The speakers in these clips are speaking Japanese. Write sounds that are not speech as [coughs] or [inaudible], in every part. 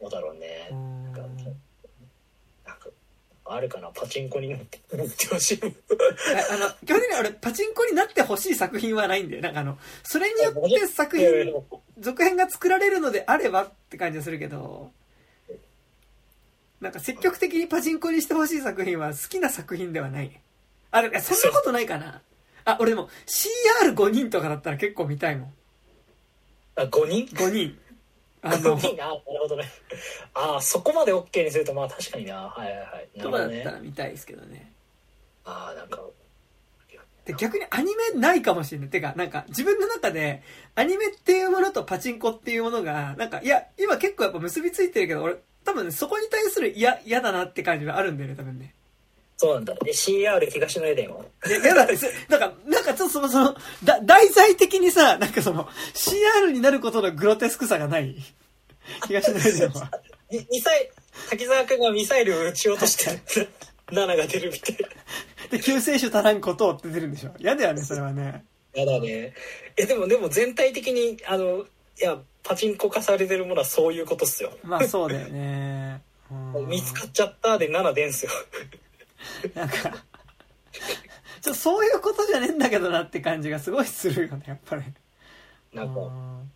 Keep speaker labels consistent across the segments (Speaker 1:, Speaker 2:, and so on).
Speaker 1: どうだろうね
Speaker 2: う。ん
Speaker 1: なんかなんかあるかなパチンコになってなってほしい。
Speaker 2: ああの、基本的に俺、パチンコになってほしい作品はないんだよ。なんかあの、それによって作品、続編が作られるのであればって感じがするけど、なんか積極的にパチンコにしてほしい作品は好きな作品ではない。あ、でもいやそんなことないかな。あ、俺でも CR5 人とかだったら結構見たいもん。
Speaker 1: あ五人
Speaker 2: 5人。あの、
Speaker 1: 五人ななるほどね。ああそこまでオッケーにするとまあ確かにな。はいはいはい。な
Speaker 2: と
Speaker 1: る
Speaker 2: か
Speaker 1: ほど
Speaker 2: だったら
Speaker 1: ね。
Speaker 2: 見たいですけどね。
Speaker 1: ああなんか
Speaker 2: で逆にアニメないかもしれない。てか、なんか自分の中でアニメっていうものとパチンコっていうものが、なんか、いや、今結構やっぱ結びついてるけど、俺、多分ねそこに対する嫌、嫌だなって感じはあるんだよね、多分ね。
Speaker 1: そうなんだ。で CR 東のエデンを。
Speaker 2: いや嫌だです。なんか、なんかちょっとその、その、だ、題材的にさ、なんかその、CR になることのグロテスクさがない。東大臣は。
Speaker 1: みミサイ滝沢君がミサイルを撃ち落として [laughs] る7が出るみたい
Speaker 2: で、救世主足らんことをって出るんでしょ。嫌だよね、それはね。
Speaker 1: なやだねえでもでも全体的にあのいやパチンコ化されてるものはそういうことっすよ
Speaker 2: まあそうだよね。うん
Speaker 1: 見つかっちゃったで7出んすよ
Speaker 2: なんか、ちょっとそういうことじゃねえんだけどなって感じがすごいするよね、やっぱり。
Speaker 1: なんか
Speaker 2: うん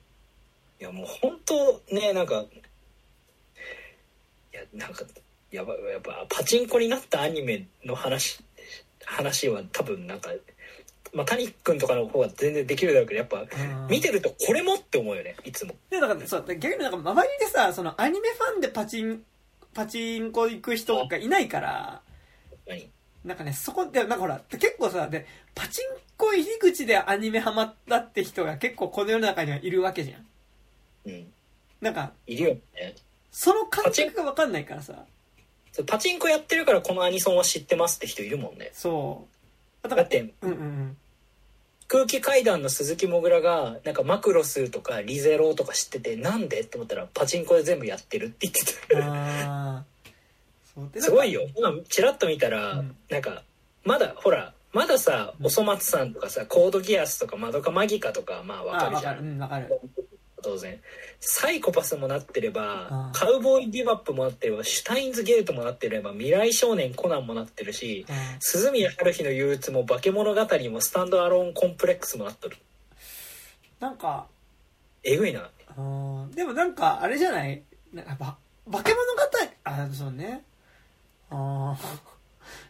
Speaker 1: いやもう本当ねなんかいやなんかやばやっぱパチンコになったアニメの話話は多分なんか、まあ、谷君とかの方が全然できるだろうけどやっぱ
Speaker 2: うん
Speaker 1: 見てるとこれもって思うよねいつも
Speaker 2: で、なんか、そう、で逆になんか周りでさ、そのアニメファンでパチン、パチンコ行く人がいないから、
Speaker 1: 何
Speaker 2: なんかね、そこで、なんかほら、結構さ、で、パチンコ入り口でアニメハマったって人が結構この世の中にはいるわけじゃん。
Speaker 1: うん
Speaker 2: なんか、
Speaker 1: いるよね
Speaker 2: その感覚がわかんないからさ、
Speaker 1: そうパチンコやってるからこのアニソンは知ってますって人いるもんね
Speaker 2: そう。だか
Speaker 1: だ
Speaker 2: ら
Speaker 1: って
Speaker 2: うんうんうん。
Speaker 1: 空気階段の鈴木もぐらがなんかマクロスとかリゼロとか知っててなんでって思ったらパチンコで全部やってるって言ってた
Speaker 2: ああ。そうです
Speaker 1: ごいよ今チラッと見たら、
Speaker 2: うん
Speaker 1: なんかまだほらまださ
Speaker 2: うん
Speaker 1: おそ松さんとかさコードギアスとかマドカマギカとかまあわ
Speaker 2: あ
Speaker 1: か
Speaker 2: あー、
Speaker 1: る
Speaker 2: わ
Speaker 1: じゃ
Speaker 2: か
Speaker 1: ん
Speaker 2: る、うん、わかる。
Speaker 1: 当然サイコパスもなってれ
Speaker 2: あ
Speaker 1: ば
Speaker 2: ー
Speaker 1: カウボーイビバップもなってればシュタインズゲートもなってれば未来少年コナンもなってるし
Speaker 2: うん
Speaker 1: 鈴宮春日の憂鬱も化け物語もスタンドアローンコンプレックスもなっとる
Speaker 2: なんか、
Speaker 1: えぐいな
Speaker 2: うんでもなんか、あれじゃないなんか、ば、化け物語、あー、そうね。 [laughs] ああ。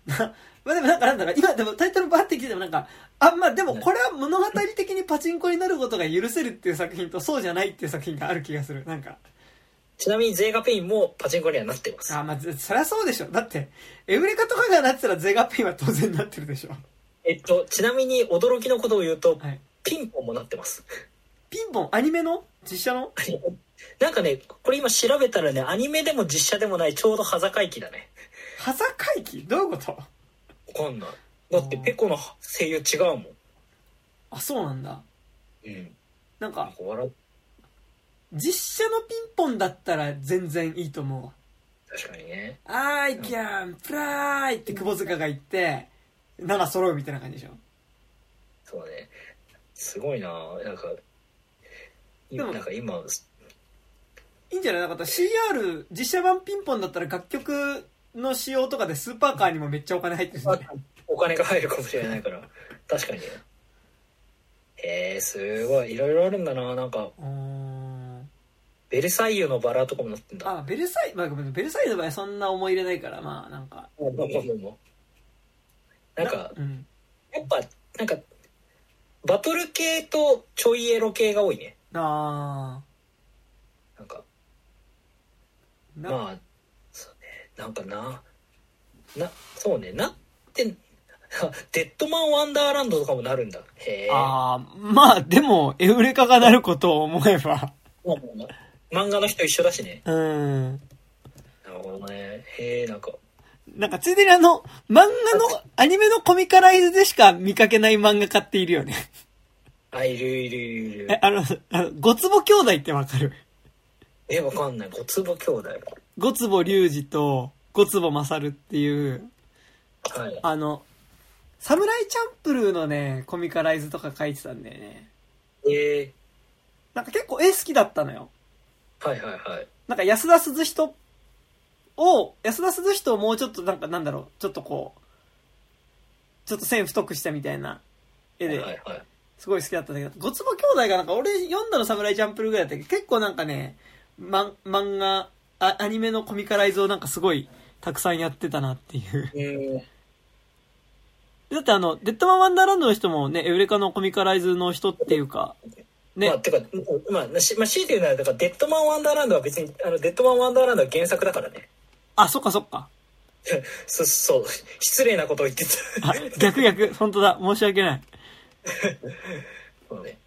Speaker 2: な、まあでもなんかなんだろう、今でもタイトルバーって聞いてもなんか、あ、まあでもこれは物語的にパチンコになることが許せるっていう作品とそうじゃないっていう作品がある気がする。なんか、
Speaker 1: ちなみにゼガペインもパチンコにはなってます
Speaker 2: あー、まあぜそりゃそうでしょ。だって、エウレカとかがなってたらゼガペインは当然なってるでしょ。
Speaker 1: えっとちなみに驚きのことを言うと
Speaker 2: はい。
Speaker 1: ピンポンもなってます
Speaker 2: ピンポン、アニメの実写の
Speaker 1: [laughs] なんかねこれ今調べたらねアニメでも実写でもないちょうど端境期だね
Speaker 2: ハサ回帰どういうこと
Speaker 1: わかんないだってペコの声優違うもん
Speaker 2: あ、そうなんだ。
Speaker 1: うん
Speaker 2: な
Speaker 1: な
Speaker 2: んか
Speaker 1: んか、笑っ
Speaker 2: 実写のピンポンだったら全然いいと思うわ。
Speaker 1: 確かにね
Speaker 2: I can fly! って窪塚が言って、7揃うみたいな感じでしょ。
Speaker 1: そうねすごいななんか
Speaker 2: でも
Speaker 1: なんか今
Speaker 2: いいんじゃないなんか CR、実写版ピンポンだったら楽曲の仕様とかでスーパーカーにもめっちゃお金入ってるしね。
Speaker 1: お金が入るかもしれない [laughs] から確かにねへえすごいいろいろあるんだななんか
Speaker 2: うーん
Speaker 1: 「ベルサイユのバラ」とかもなってんだ
Speaker 2: あ、ベルサイ、まあごめん、ベルサイユの場合はそんな思い入れないから、まあなんか。
Speaker 1: もうもうもうもうなんか
Speaker 2: うん。
Speaker 1: やっぱなんかバトル系とちょいエロ系が多いね
Speaker 2: あ
Speaker 1: なんか
Speaker 2: ー。な、
Speaker 1: まあそうねなんかななそうねなって [laughs] デッドマン・ワンダーランドとかもなるんだへえ
Speaker 2: あー、まあでも、エウレカがなることを思えば。
Speaker 1: 漫画の人一緒だしね
Speaker 2: うん。
Speaker 1: なるほどねへえんか
Speaker 2: なんか、ついでにあの、漫画の、アニメのコミカライズでしか見かけない漫画家っているよね。
Speaker 1: あいるいるいるい
Speaker 2: え
Speaker 1: る、
Speaker 2: あの、あの、ごつぼ兄弟ってわかる
Speaker 1: えわかんない小坪兄弟
Speaker 2: ごつぼ隆二と、ごつぼまさるっていう、
Speaker 1: はい
Speaker 2: あの、サムライチャンプルーのね、コミカライズとか書いてたんだよね。
Speaker 1: え
Speaker 2: なんか結構絵好きだったのよ。
Speaker 1: ー、はいはいはい
Speaker 2: なんか安田鈴人を、安田鈴人をもうちょっとなんかなんだろう、ちょっとこう、ちょっと線太くしたみたいな絵
Speaker 1: はい
Speaker 2: で、
Speaker 1: はい。
Speaker 2: すごい好きだったんだけど、ごつぼ兄弟がなんか俺読んだの侍ジャンプルぐらいだったけど、結構なんかね、ま、漫画あ、アニメのコミカライズをなんかすごいたくさんやってたなっていう。 [laughs]
Speaker 1: うん。
Speaker 2: だってあの、デッドマンワンダーランドの人もね、エウレカのコミカライズの人っていうか、ね
Speaker 1: まあ、、てか、まあ、しまあ、強いて言うなら、だから、デッドマン・ワンダーランドは別に、あの、デッドマン・ワンダーランドは原作だからね。
Speaker 2: あ、そっかそっか。
Speaker 1: そ、そう、失礼なことを言ってた。
Speaker 2: あ、逆逆、 [laughs] 本当だ、申し訳ない。
Speaker 1: そうね。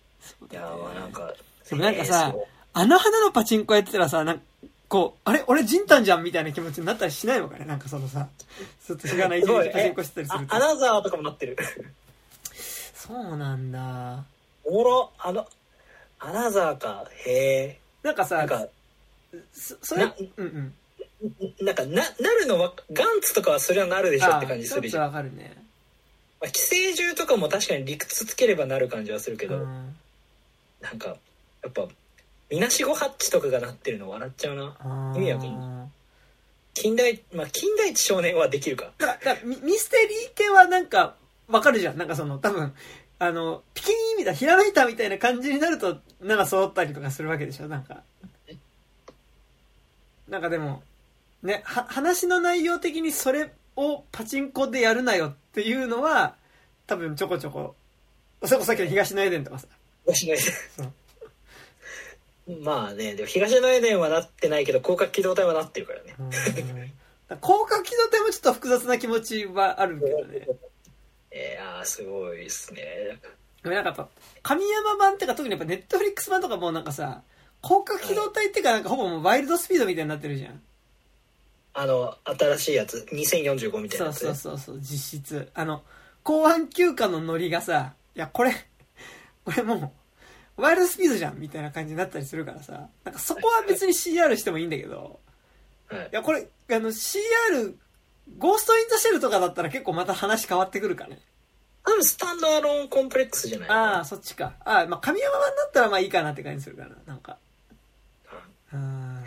Speaker 1: いや、まあなんか、
Speaker 2: でもなんか
Speaker 1: えー
Speaker 2: さ
Speaker 1: そう、
Speaker 2: あの花のパチンコやってたらさ、なんか、こう、あれ俺ジンタンじゃんみたいな気持ちになったりしないのかねなんかそのさ、ちょっと知らない一
Speaker 1: すごい
Speaker 2: 日パチンコしてたりする
Speaker 1: あア
Speaker 2: と。
Speaker 1: ナザーとかもなってる [laughs]
Speaker 2: そうなんだ。
Speaker 1: おもろあのアナザーかへえ
Speaker 2: なんか
Speaker 1: な
Speaker 2: さ
Speaker 1: ん、か
Speaker 2: そそれ、
Speaker 1: な
Speaker 2: うんうん。
Speaker 1: なんかななるのはガンツとかはそれはなるでしょって感じする
Speaker 2: あ
Speaker 1: じ
Speaker 2: ちょっ
Speaker 1: ゃん
Speaker 2: とわかるね。
Speaker 1: まあ寄生獣とかも確かに理屈つければなる感じはするけ
Speaker 2: う
Speaker 1: ど、
Speaker 2: ん。
Speaker 1: なんかやっぱみなしごハッチとかがなってるの笑っちゃうな
Speaker 2: あー
Speaker 1: 意味わかん近代まあ近代一少年はできるか
Speaker 2: だだミミステリー系はなんかわかるじゃんなんかその多分あのピキーンみたいなひらめいたみたいな感じになるとなんか揃ったりとかするわけでしょなんかなんかでもねは話の内容的にそれをパチンコでやるなよっていうのは多分ちょこちょこそれこそさっきの東のエデンとかさ
Speaker 1: 東のエ
Speaker 2: そう
Speaker 1: [laughs] まあねでも東のエデンはなってないけど広角機動隊はなってるからね
Speaker 2: うんだから広角機動隊もちょっと複雑な気持ちはあるけどね
Speaker 1: いやーすごいですね
Speaker 2: でもなんかやっぱ、神山版ってか特にやっぱネットフリックス版とかもうなんかさ、広角機動隊ってかなんかほぼもうワイルドスピードみたいになってるじゃん。
Speaker 1: あの新しいやつ2045みたいな
Speaker 2: そ
Speaker 1: や
Speaker 2: う
Speaker 1: つ
Speaker 2: そうそうそう、実質。あの、公安休暇のノリがさ、いやこれ、 [laughs] これもう、ワイルドスピードじゃんみたいな感じになったりするからさ、なんかそこは別に CR してもいいんだけど、
Speaker 1: はい
Speaker 2: いやこれ、あの CR、ゴーストインザシェルとかだったら結構また話変わってくるからね。
Speaker 1: 多分スタンドアローンコンプレックスじゃない
Speaker 2: ああ、そっちか。ああ、まあ神山版だったらまあいいかなって感じするからな、なんか。うん。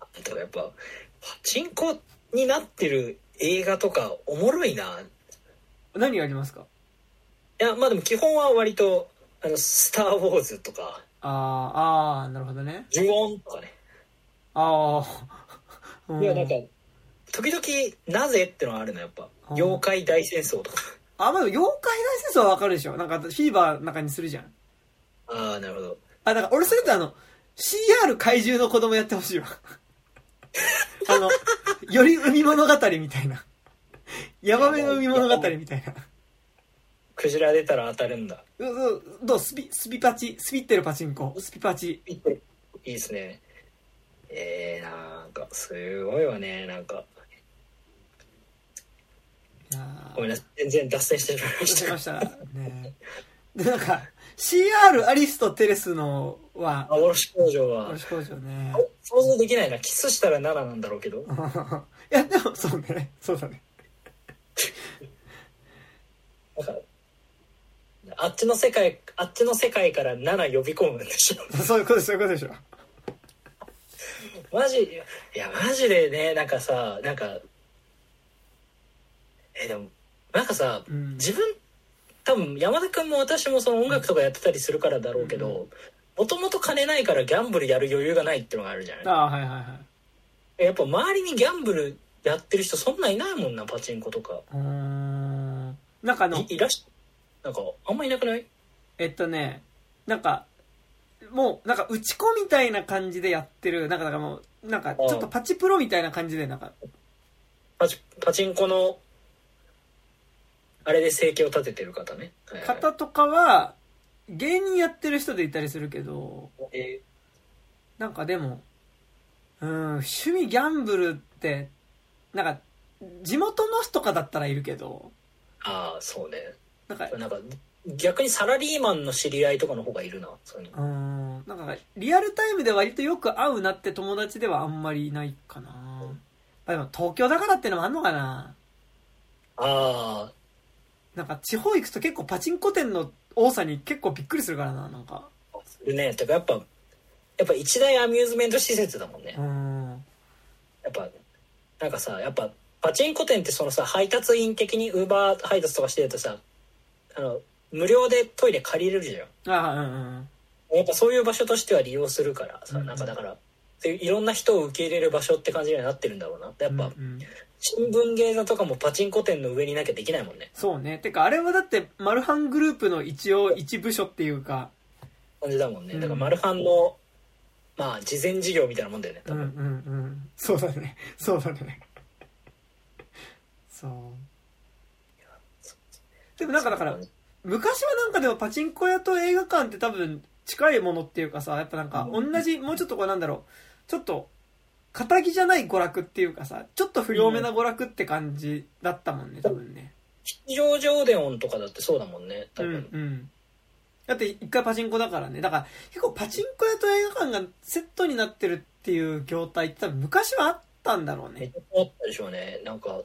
Speaker 1: あだからやっぱパチンコになってる映画とかおもろいない
Speaker 2: 何がありますか
Speaker 1: やまあでも基本は割と「あのスター・ウォーズ」とか
Speaker 2: あーあーなるほどね
Speaker 1: 「呪音」とかね、
Speaker 2: ああ、 [laughs] うん
Speaker 1: いやなんか時々「なぜ?」ってのはあるのやっぱ
Speaker 2: あー
Speaker 1: 妖怪大戦争とか
Speaker 2: [laughs] あまあでも妖怪大戦争はわかるでしょなんかフィーバーの中にするじゃん
Speaker 1: ああなるほど
Speaker 2: あだから俺それとあの CR 怪獣の子供やってほしいわ [laughs] あのより海物語みたいなヤバめの海物語みたいな
Speaker 1: クジラ出たら当たるんだ
Speaker 2: うんうんどうスピスピパチスピってるパチンコスピパチ
Speaker 1: いいですねえー、なんかすごいわねなんか
Speaker 2: いやー
Speaker 1: ごめんなさい全然脱線してしまいま
Speaker 2: 落
Speaker 1: し
Speaker 2: ち
Speaker 1: た
Speaker 2: [laughs] ましたねでなんか CR アリスとテレスのは
Speaker 1: あ卸工場は
Speaker 2: 卸工場ね [laughs]
Speaker 1: 想像できないなキスしたら7なんだろうけど
Speaker 2: いやでもそうねそうだね
Speaker 1: なんかあっちの世界あっちの世界から7呼び込むんでしょ [laughs]
Speaker 2: そういうことそういうことでしょ
Speaker 1: マジいやマジでねなんかさなんかえでもなんかさ
Speaker 2: うん
Speaker 1: 自分多分山田君も私もその音楽とかやってたりするからだろうけどもともと金ないからギャンブルやる余裕がないってのがあるじゃ
Speaker 2: あ
Speaker 1: な
Speaker 2: あはいはいはい
Speaker 1: いやっぱ周りにギャンブルやってる人そんないないもんなパチンコとか
Speaker 2: うーんなんかあの
Speaker 1: いいらしなんかあんまいなくない
Speaker 2: えっとねなんかもうなんか打ち子みたいな感じでやってるなんかだからもうなんかちょっとパチプロみたいな感じでなんか
Speaker 1: パチパチンコのあれで生計を立ててる方ね、はいはい
Speaker 2: 方とかは芸人やってる人でいたりするけど
Speaker 1: え
Speaker 2: なんかでもうん趣味ギャンブルってなんか地元の人とかだったらいるけど
Speaker 1: ーああそうね
Speaker 2: なんか
Speaker 1: なんか逆にサラリーマンの知り合いとかの方がいるなそういうの
Speaker 2: うんなんかリアルタイムで割とよく会うなって友達ではあんまりいないかな、まあ、でも東京だからってのもあんのかな
Speaker 1: ああ
Speaker 2: なんか地方行くと結構パチンコ店の多さに結構びっくりするからななんか
Speaker 1: するねてかやっぱやっぱ一大アミューズメント施設だもんね
Speaker 2: うん
Speaker 1: やっぱなんかさやっぱパチンコ店ってそのさ配達員的にウーバー配達とかしてるとさあの無料でトイレ借りれるじゃん
Speaker 2: ああうんうん
Speaker 1: やっぱそういう場所としては利用するからさ、
Speaker 2: うんうん
Speaker 1: なんかだからそういういろんな人を受け入れる場所って感じにはなってるんだろうなやっぱ、
Speaker 2: うんうん
Speaker 1: 新聞芸座とかもパチンコ店の上になきゃできないもんね
Speaker 2: そうねてかあれはだってマルハングループの一応一部署っていうか
Speaker 1: 感じだもんね
Speaker 2: うん
Speaker 1: だからマルハンのまあ事前事業みたいなもんだよね多
Speaker 2: うんうん
Speaker 1: 分、
Speaker 2: うんそうだねそうだねそうでもなんかだから昔はなんかでもパチンコ屋と映画館って多分近いものっていうかさやっぱなんか同じもうちょっとこうなんだろうちょっと仇じゃない娯楽っていうかさちょっと不良めな娯楽って感じだったもんね多分ね
Speaker 1: 吉祥寺オデオンとかだってそうだもんね多
Speaker 2: うん
Speaker 1: 分、
Speaker 2: うんだって一回パチンコだからねだから結構パチンコ屋と映画館がセットになってるっていう業態って多分昔はあったんだろう
Speaker 1: めっ
Speaker 2: ね
Speaker 1: ちゃあったでしょうねなんか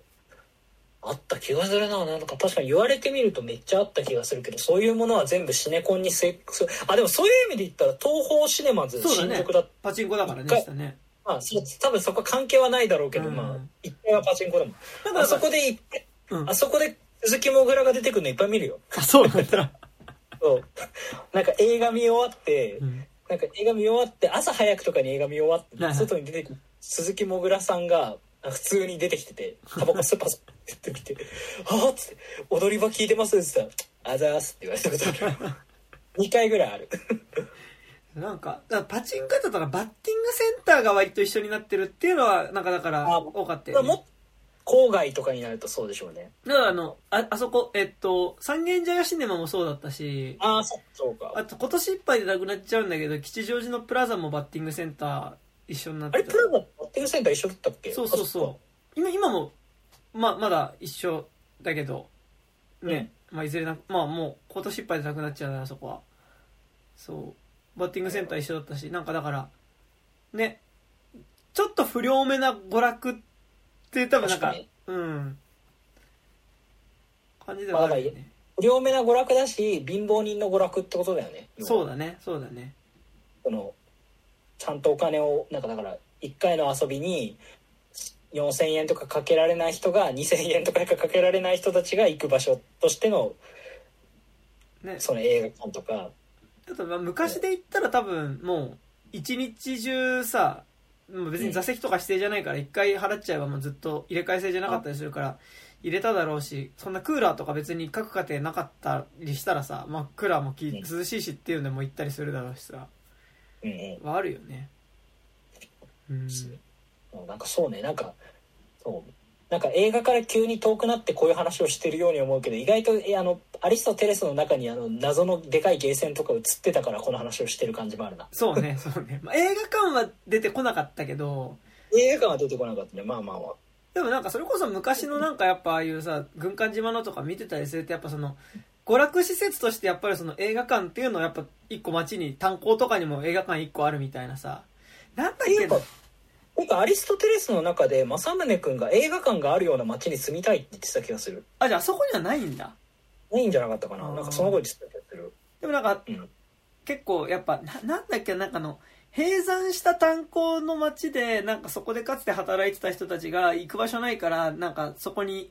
Speaker 1: あった気がするななんか確かに言われてみるとめっちゃあった気がするけどそういうものは全部シネコンにせそうあでもそういう意味で言ったら東宝シネマズ
Speaker 2: そうだ
Speaker 1: 新
Speaker 2: ね
Speaker 1: 宿だっ
Speaker 2: パチンコだからね
Speaker 1: 一回
Speaker 2: したね
Speaker 1: まあそう多分そこは関係はないだろうけど、
Speaker 2: うん
Speaker 1: まあ一回はパチンコだもん
Speaker 2: だから
Speaker 1: あそこでい
Speaker 2: うん
Speaker 1: あそこで鈴木もぐらが出てくるのいっぱい見るよ
Speaker 2: あそうなんだ、
Speaker 1: そうなんか映画見終わって
Speaker 2: うん
Speaker 1: なんか映画見終わって朝早くとかに映画見終わっ
Speaker 2: はいは
Speaker 1: て
Speaker 2: い
Speaker 1: 外に出てくる鈴木もぐらさんがあ普通に出てきててタバコスパスパ吸ってきて「あっ」つって「踊り場聞いてます」っつったら「あざーす」って言われたことあ
Speaker 2: [laughs]
Speaker 1: る2回ぐらいある
Speaker 2: なんか、だからパチンコ屋だったらバッティングセンターが割と一緒になってるっていうのは、なんかだから
Speaker 1: あ
Speaker 2: 多かった
Speaker 1: ま
Speaker 2: よ
Speaker 1: あも
Speaker 2: ね。
Speaker 1: っ郊外とかになるとそうでしょうね
Speaker 2: だからあの、あ、あそこ、えっと、三軒茶屋シネマもそうだったし、
Speaker 1: ああそうか
Speaker 2: あと今年いっぱいでなくなっちゃうんだけど、吉祥寺のプラザもバッティングセンター一緒になっ
Speaker 1: あ
Speaker 2: て
Speaker 1: れ
Speaker 2: た
Speaker 1: プ。ラザバッティングセンター一緒だったっけ
Speaker 2: そうそうそう。今、今も、まあ、まだ一緒だけど、ね、まあいずれな、まあもう今年いっぱいでなくなっちゃうな、あそこは。そう。バッティングセンター一緒だったし、なんかだから、ね、ちょっと不良めな娯楽って多分なんか、
Speaker 1: 確
Speaker 2: うん。感じではあるよね。
Speaker 1: 不良めな娯楽だし貧乏人の娯楽ってことだよね
Speaker 2: そうだね、そうだね。
Speaker 1: そのちゃんとお金をなんかだから1回の遊びに4,000円とかかけられない人が2,000円とかかけられない人たちが行く場所としての
Speaker 2: ね。
Speaker 1: その映画館とか
Speaker 2: あとまあ昔で言ったら多分もう一日中さもう別に座席とか指定じゃないから一回払っちゃえばもうずっと入れ替え制じゃなかったりするから入れただろうしそんなクーラーとか別に各家庭なかったりしたらさ、まあ、クーラーもき
Speaker 1: うん
Speaker 2: 涼しいしっていうのも行ったりするだろうしさ
Speaker 1: うんうん
Speaker 2: はあるよねうん
Speaker 1: なんかそうねなんかそうなんか映画から急に遠くなってこういう話をしてるように思うけど意外とえあのアリスとテレスの中にあの謎のでかいゲーセンとか映ってたからこの話をしてる感じもあるな
Speaker 2: そうねそうね、まあ、映画館は出てこなかったけど
Speaker 1: 映画館は出てこなかったねまあまあまあ
Speaker 2: でもなんかそれこそ昔のなんかやっぱああいうさ軍艦島のとか見てたりするとやっぱその娯楽施設としてやっぱりその映画館っていうのはやっぱ一個街に炭鉱とかにも映画館一個あるみたいなさなんだっ
Speaker 1: ってい
Speaker 2: け
Speaker 1: うか
Speaker 2: な、
Speaker 1: なんかアリストテレスの中で政宗君が映画館があるような街に住みたいって言ってた気がする。
Speaker 2: あじゃああそこにはないんだ
Speaker 1: ないんじゃなかったか
Speaker 2: あ
Speaker 1: な。
Speaker 2: ー
Speaker 1: なんかそのこと言ってた気がする。
Speaker 2: でもなんか
Speaker 1: うん。
Speaker 2: 結構やっぱななんだっけなんかあの閉山した炭鉱の街でなんかそこでかつて働いてた人たちが行く場所ないからなんかそこに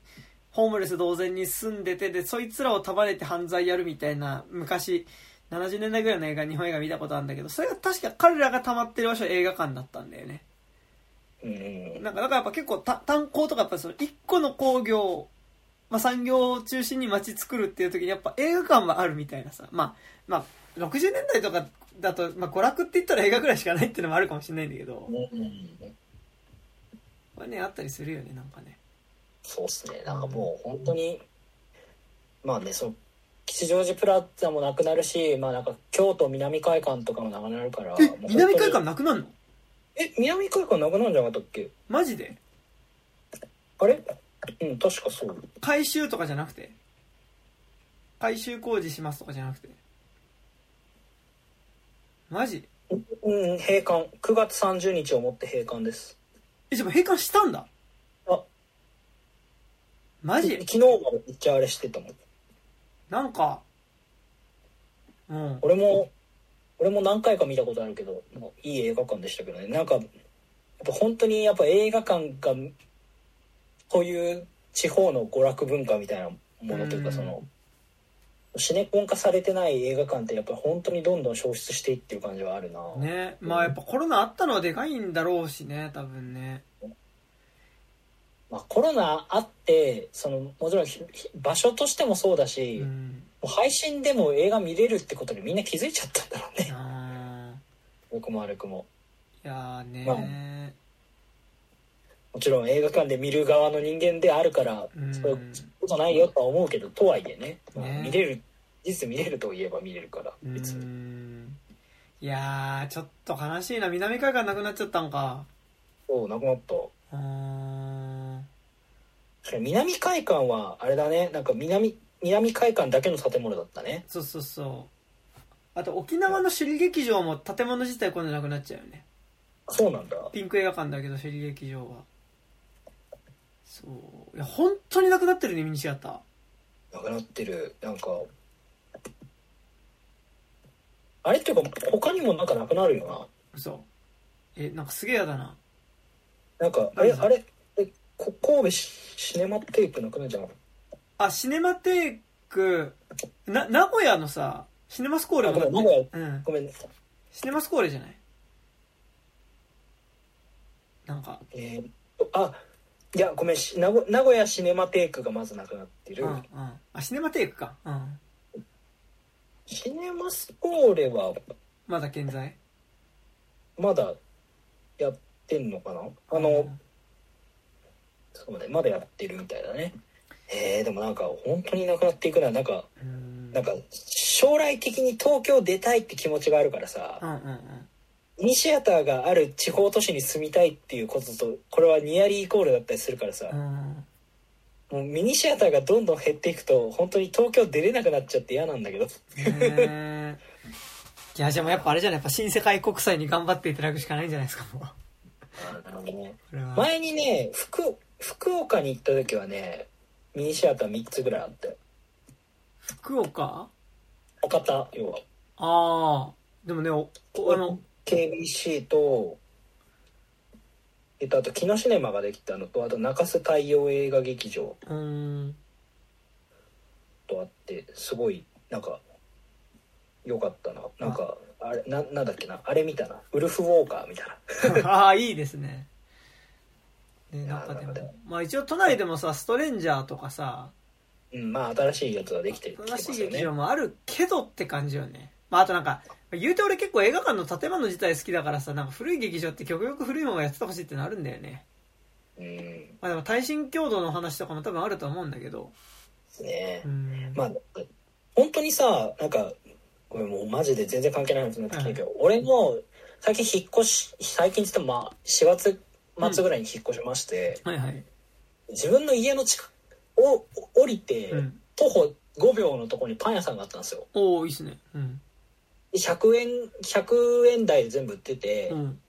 Speaker 2: ホームレス同然に住んでてでそいつらを束ねて犯罪やるみたいな昔70年代ぐらいの映画日本映画見たことあるんだけどそれが確か彼らが溜まってる場所映画館だったんだよね
Speaker 1: うんうん
Speaker 2: なんかだからやっぱ結構た炭鉱とかやっぱその一個の工業、まあ、産業を中心に街作るっていう時にやっぱ映画館はあるみたいなさまあまあ60年代とかだと、まあ、娯楽って言ったら映画ぐらいしかないっていうのもあるかもしれないんだけど
Speaker 1: うんうんうん。
Speaker 2: まあねあったりするよねなんかね
Speaker 1: そうっすね。なんかもう本当に、まあね、その、吉祥寺プラザもなくなるし、まあなんか京都南海館とかもなくなるから。もう
Speaker 2: え
Speaker 1: 本当に
Speaker 2: 南海館なくなるの
Speaker 1: え、南海館なくなるんじゃなかったっけ
Speaker 2: マジで
Speaker 1: あれうん、確かそう。
Speaker 2: 改修とかじゃなくて改修工事しますとかじゃなくてマジ
Speaker 1: うん、閉館。9月30日をもって閉館です。
Speaker 2: えじゃあ閉館したんだ
Speaker 1: あ
Speaker 2: マジ
Speaker 1: 昨日までめっちゃあれしてたもん
Speaker 2: なんか、うん。
Speaker 1: 俺も俺も何回か見たことあるけど、まあ、いい映画館でしたけどねなんかぱ本当にやっぱ映画館がこういう地方の娯楽文化みたいなものというかその、シネコン化されてない映画館ってやっぱ本当にどんどん消失していってる感じはあるな、
Speaker 2: ねまあやっぱコロナあったのはでかいんだろうしね多分ね
Speaker 1: まあ、コロナあってそのもちろんひひ場所としてもそうだし、
Speaker 2: う
Speaker 1: も
Speaker 2: ん
Speaker 1: う配信でも映画見れるってことにみんな気づいちゃったんだろうね
Speaker 2: あ
Speaker 1: 僕も悪くも
Speaker 2: ーいやーね
Speaker 1: まもちろん映画館で見る側の人間であるから、
Speaker 2: うん
Speaker 1: そういうことないよとは思うけどとはいえね、まあ
Speaker 2: ね
Speaker 1: 見れる事実見れるといえば見れるから
Speaker 2: う
Speaker 1: 別に、
Speaker 2: んいやーちょっと悲しいな南海岸なくなっちゃったんか
Speaker 1: そうなくなった
Speaker 2: うーん
Speaker 1: 南海館はあれだねなんか南南海館だけの建物だったね
Speaker 2: そうそうそうあと沖縄の首里劇場も建物自体今度なくなっちゃうよね
Speaker 1: そうなんだ
Speaker 2: ピンク映画館だけど首里劇場はそういや本当になくなってるねミニシアター
Speaker 1: なくなってるなんかあれっていうか他にもなんかなくなるよな
Speaker 2: 嘘えなんかすげえやだな
Speaker 1: なんかあれ
Speaker 2: うん
Speaker 1: あれえこ神戸シシネマテープなくなるじゃん
Speaker 2: あシネマテイクな名古屋のさシネマスコーレ
Speaker 1: あごめん名
Speaker 2: も
Speaker 1: 古屋
Speaker 2: うん
Speaker 1: ごめんね
Speaker 2: シネマスコーレじゃないなんか
Speaker 1: えーっとあいやごめんし名古名古屋シネマテークがまずなくなって
Speaker 2: う
Speaker 1: る、
Speaker 2: んうんあシネマテイクかうん
Speaker 1: シネマスコーレは
Speaker 2: まだ健在
Speaker 1: まだやってんのかなあの、
Speaker 2: うん
Speaker 1: そうねまだやってるみたいだねえー、でもなんか本当になくなっていくのはなんか
Speaker 2: うん
Speaker 1: なんか将来的に東京出たいって気持ちがあるからさ
Speaker 2: うんうんうん
Speaker 1: ミニシアターがある地方都市に住みたいっていうこととこれはニアリーイコールだったりするからさ
Speaker 2: うん
Speaker 1: もうミニシアターがどんどん減っていくと本当に東京出れなくなっちゃって嫌なんだけど
Speaker 2: ねえいや、じゃあやっぱあれじゃないやっぱ新世界国際に頑張っていただくしかないんじゃないですか、もう。これは
Speaker 1: 前にね福福岡に行った時はねミニシアター3つぐらいあって
Speaker 2: 福岡
Speaker 1: 博多要は
Speaker 2: ああ。でもね、おおあの、
Speaker 1: KBC と、えっと、あと木野シネマができたのとあと中洲太陽映画劇場
Speaker 2: うーん。
Speaker 1: とあってすごいなんか良かったななんかあれななんだっけなあれ見たなウルフウォーカーみたいな
Speaker 2: [laughs] ああ、いいですね。ね、なんかで
Speaker 1: なるほ
Speaker 2: も。まあ一応都内でもさ、ストレンジャーとかさ、
Speaker 1: うんまあ新しいやつができてる
Speaker 2: 新しい
Speaker 1: よ
Speaker 2: 劇
Speaker 1: ね
Speaker 2: 場もあるけどって感じよね。まああとなんか、言うて俺結構映画館の建物自体好きだからさ、なんか古い劇場って極力古いままやっててほしいってのあるんだよね。
Speaker 1: うんで
Speaker 2: まあでも耐震強度の話とかも多分あると思うんだけど。
Speaker 1: すね
Speaker 2: うん。
Speaker 1: まあ本当にさなんかこれもうマジで全然関係ない話になってきたけど、俺も最近引っ越し最近って言ってもまあ4月末ぐらいに引っ越しまして、
Speaker 2: はいはい。
Speaker 1: 自分の家の近くを降りて、
Speaker 2: うん。
Speaker 1: 徒歩5秒のとこにパン屋さんがあったんですよ
Speaker 2: おおいいっすね。うん。
Speaker 1: で100円100円台で全部売ってて、
Speaker 2: うん。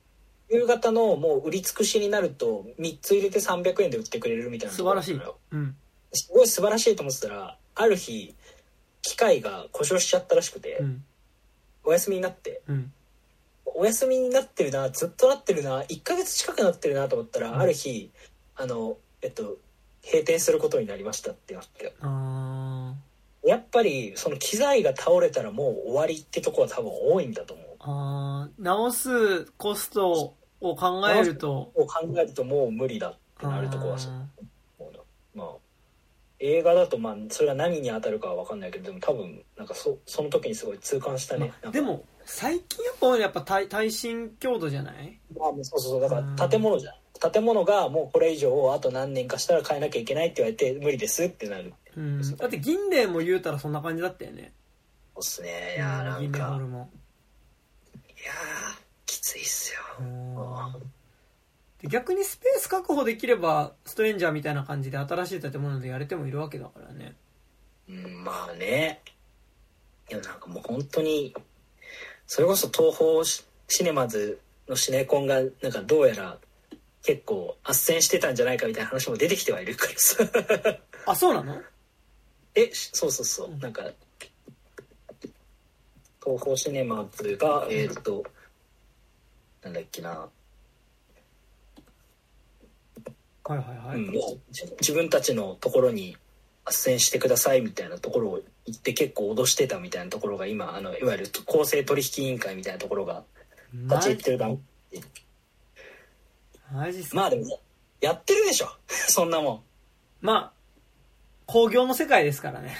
Speaker 1: 夕方のもう売り尽くしになると3つ入れて300円で売ってくれるみたいな
Speaker 2: 素晴らしい
Speaker 1: とこだったのよ。
Speaker 2: うん。
Speaker 1: すごい素晴らしいと思ってたらある日機械が故障しちゃったらしくて、
Speaker 2: うん。
Speaker 1: お休みになって
Speaker 2: うん。
Speaker 1: お休みになってるなずっとなってるな1ヶ月近くなってるなと思ったら、
Speaker 2: うん
Speaker 1: ある日あのえっと閉店することになりましたってなって
Speaker 2: あ
Speaker 1: やっぱりその機材が倒れたらもう終わりってとこは多分多いんだと思う
Speaker 2: ーあー、直すコストを考えると、
Speaker 1: を考えるともう無理だってなるとこはそう
Speaker 2: あ
Speaker 1: 思うなまあ映画だとまあそれが何に当たるかは分かんないけどでも多分なんかそその時にすごい痛感した
Speaker 2: ー
Speaker 1: ね、
Speaker 2: ま
Speaker 1: な
Speaker 2: あ
Speaker 1: んか
Speaker 2: でも、最近やっぱ多いのはやっぱ耐耐震強度じゃない
Speaker 1: まあ、もうそうそうそうだか
Speaker 2: うん
Speaker 1: ら建物じゃん建物がもうこれ以上あと何年かしたら変えなきゃいけないって言われて無理ですってなる
Speaker 2: うん。だって銀霊も言うたらそんな感じだったよね。
Speaker 1: そうっすねいやーな
Speaker 2: 銀
Speaker 1: ん
Speaker 2: 霊
Speaker 1: か
Speaker 2: ホ
Speaker 1: い
Speaker 2: ー
Speaker 1: や
Speaker 2: ルも。
Speaker 1: ーきついっすよ
Speaker 2: あーで逆にスペース確保できれば、ストレンジャーみたいな感じで新しい建物でやれてもいるわけだからね。
Speaker 1: うんまあねいやなんかもう本当にそれこそ東宝シシネマズのシネコンがなんかどうやら結構斡旋してたんじゃないかみたいな話も出てきてはいるからさ [laughs]
Speaker 2: あ、そうなの
Speaker 1: えしそうそうそう、
Speaker 2: うん
Speaker 1: なんか東宝シネマズがえーっとなんだっけな
Speaker 2: はいはいは
Speaker 1: う
Speaker 2: い。
Speaker 1: ん、自自分たちのところに斡旋してくださいみたいなところを言って結構脅してたみたいなところが今あのいわゆる公正取引委員会みたいなところが
Speaker 2: マ
Speaker 1: 立ち入っ
Speaker 2: ジ
Speaker 1: てるだろ
Speaker 2: マジっすか
Speaker 1: まあでもやってるでしょ [laughs] そんなもん
Speaker 2: まあ、工業の世界ですからね。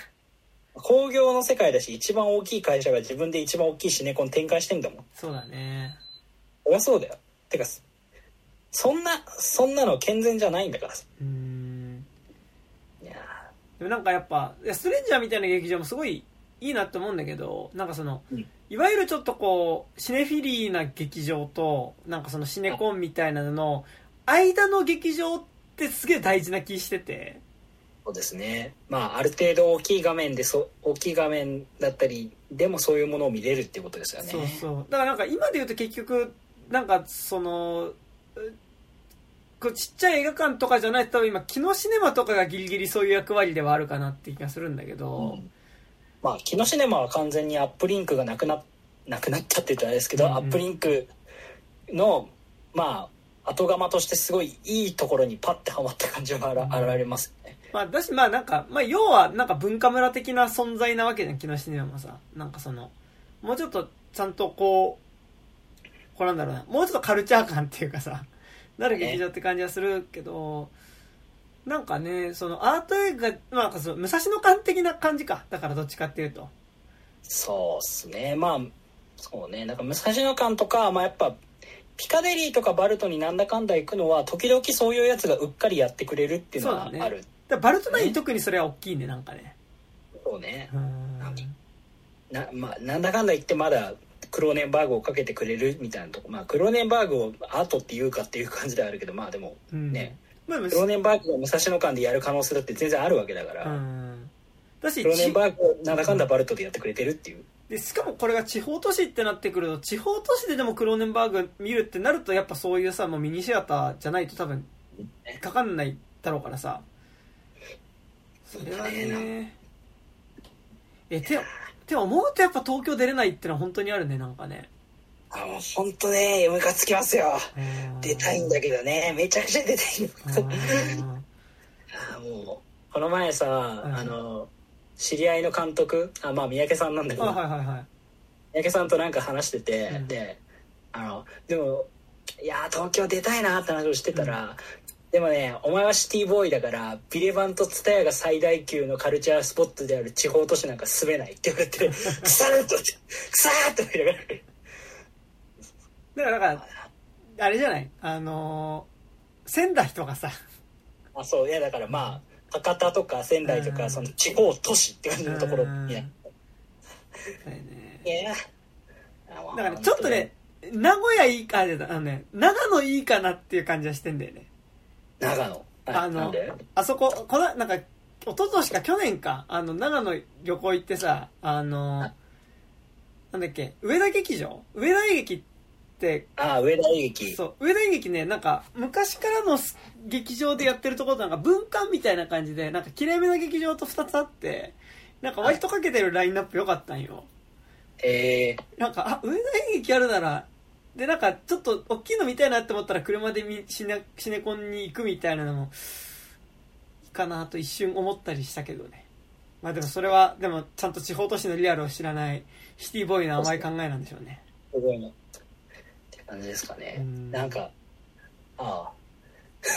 Speaker 1: 工業の世界だし一番大きい会社が自分で一番大きいシネコン展開してんだもん
Speaker 2: そうだね。
Speaker 1: そりゃそうだよてかそんなそんなの健全じゃないんだからさ
Speaker 2: うーん。
Speaker 1: いや
Speaker 2: でもなんかやっぱ、いやストレンジャーみたいな劇場もすごいいいなと思うんだけど、なんかその、
Speaker 1: うん
Speaker 2: いわゆるちょっとこう、シネフィリーな劇場と、なんかそのシネコンみたいなのの、間の劇場ってすげえ大事な気してて、
Speaker 1: そうですねまあある程度大きい画面でそ大きい画面だったりでもそういうものを見れるっていうことですよね
Speaker 2: そうそう。だからなんか今で言うと結局、なんかその、うこうちっちゃい映画館とかじゃないと多分今、キノシネマとかがギリギリそういう役割ではあるかなって気がするんだけど、
Speaker 1: まあ、木のシネマは完全にアップリンクがなくななくなったって言ったらあれですけど、
Speaker 2: うんうん
Speaker 1: アップリンクの、まあ、後釜としてすごいいいところにパッてはまった感じがあら、
Speaker 2: うん
Speaker 1: 現れますね。
Speaker 2: まあ、だし、まあなんか、まあ要はなんか文化村的な存在なわけじゃん、木下ネマもさ。なんかその、もうちょっとちゃんとこう、これなんだろうな、もうちょっとカルチャー感っていうかさ、なる劇場って感じはするけど、なんかね、そのアート映画、まあなんかその、武蔵野館的な感じか。だからどっちかっていうと。
Speaker 1: そうですね。まあ、そうね。なんか、武蔵野館とか、まあやっぱ、ピカデリーとかバルトになんだかんだ行くのは、時々そういうやつがうっかりやってくれるっていうの
Speaker 2: そ
Speaker 1: は
Speaker 2: うだね
Speaker 1: ある。
Speaker 2: だからバルトナイン特にそれは大きいね、なんかね。
Speaker 1: そうね。
Speaker 2: うん。
Speaker 1: な、まあ、なんだかんだ言ってまだ、クローネンバーグをかけてくれるみたいなとこ。まあ、クローネンバーグをアートっていうかっていう感じではあるけど、まあでも、
Speaker 2: うん
Speaker 1: ね。
Speaker 2: まあ、むし
Speaker 1: クローネンバーグが武蔵野間でやる可能性だって全然あるわけだか
Speaker 2: う
Speaker 1: ら、
Speaker 2: ん。だし、
Speaker 1: クローネンバーグをなんだかんだバルトでやってくれてるっていう、
Speaker 2: でしかもこれが地方都市ってなってくると地方都市ででもクローネンバーグ見るってなるとやっぱそういうさもうミニシアターじゃないと多分かかんないだろうからさそれはねえてて思うとやっぱ東京出れないってのは本当にあるねなんかね
Speaker 1: あもう本当ねムカつきますよ出たいんだけどねめちゃくちゃ出たいの
Speaker 2: うん
Speaker 1: あもうこの前さ、
Speaker 2: い
Speaker 1: あの知り合いの監督あまあ三宅さんなんだけ
Speaker 2: あ
Speaker 1: ど、
Speaker 2: はいはいはい
Speaker 1: 三宅さんとなんか話してて、
Speaker 2: うん
Speaker 1: であのでもいやー東京出たいなって話をしてたら、でもねお前はシティボーイだからビレバンとツタヤが最大級のカルチャースポットである地方都市なんか住めないって言われ
Speaker 2: [laughs]
Speaker 1: て腐ると思って腐ーっと思いながら
Speaker 2: だからなんかあれじゃないあのー仙台とかさ
Speaker 1: あそういやだからまあ博多とか仙台と
Speaker 2: うん
Speaker 1: かその地方都市って感じのところ
Speaker 2: うん
Speaker 1: いや
Speaker 2: そうやね
Speaker 1: いやあもう
Speaker 2: だからちょっとね、名古屋いいか、あのね、長野いいかなっていう感じはしてんだよね。
Speaker 1: 長野
Speaker 2: あ
Speaker 1: あの
Speaker 2: のあそこ、この、なんか、一昨年か去年か、あの、長野旅行行ってさ、あの
Speaker 1: あ、
Speaker 2: なんだっけ、上田劇場上田劇って、
Speaker 1: あ上田駅
Speaker 2: そう、上田劇ね、なんか、昔からのす劇場でやってるところとなんか文館みたいな感じで、なんかきれいめな劇場と二つあって、なんか割とかけてるラインナップ良かったんよ。
Speaker 1: えー、
Speaker 2: なんか、あ、上田演劇あるなら、で、なんか、ちょっと、大きいの見たいなって思ったら、車でみシネシネコンに行くみたいなのも、いいかなと一瞬思ったりしたけどね。まあでも、それは、でも、ちゃんと地方都市のリアルを知らない、シティボーイの甘い考えなんでしょうね。
Speaker 1: すごいなって感じですかね
Speaker 2: うん
Speaker 1: なんかああ [laughs]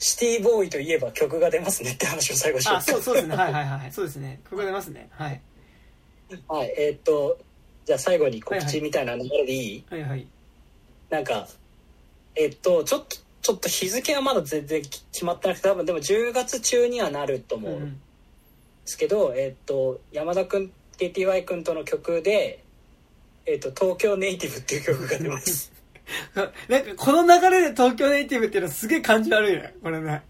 Speaker 1: シティボーイといえば曲が出ますねって話を最後しよう
Speaker 2: あ、そう、そうですね。はいはいはい。そうですね。ここ出ますね。はい。
Speaker 1: はいえーっとじゃあ最後に告知みたいな流れでいい、
Speaker 2: はいはい。
Speaker 1: なんかえーっとちょっとちょっと日付はまだ全然き決まってなくて多分でも10月中にはなると思
Speaker 2: う
Speaker 1: うんで
Speaker 2: ん。 [laughs]
Speaker 1: すけど、えーっと山田君 KTY 君との曲で、えーっと「東京ネイティブ」っていう曲が出ます
Speaker 2: なんか、この流れで東京ネイティブっていうのすげえ感じ悪いね。こ
Speaker 1: [laughs]
Speaker 2: れね。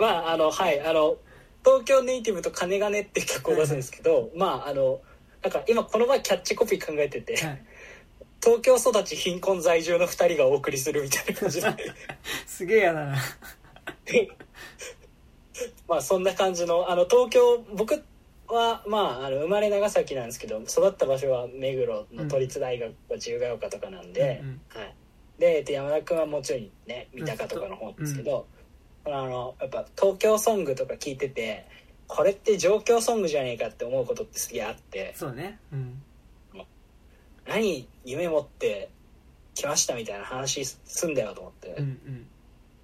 Speaker 1: まああのはいあの「東京ネイティブと金がね」っていう曲を出すんですけどまああのなんか今この前キャッチコピー考えてて
Speaker 2: はい。
Speaker 1: 「東京育ち貧困在住の2人がお送りする」みたいな感じで。
Speaker 2: [laughs]
Speaker 1: [laughs]
Speaker 2: すげえ嫌だな。
Speaker 1: まあそんな感じのあの東京僕はまああの生まれ長崎なんですけど育った場所は目黒の都立大学か自由が丘とかなんで、
Speaker 2: うん
Speaker 1: はい、でえっと山田君はもうちろんね三鷹とかの方ですけど、このあのやっぱ東京ソングとか聞いててこれって状況ソングじゃねえかって思うことってすげえあって
Speaker 2: そうねうん
Speaker 1: 何夢持って来ましたみたいな話すんだよと思って、
Speaker 2: うんうん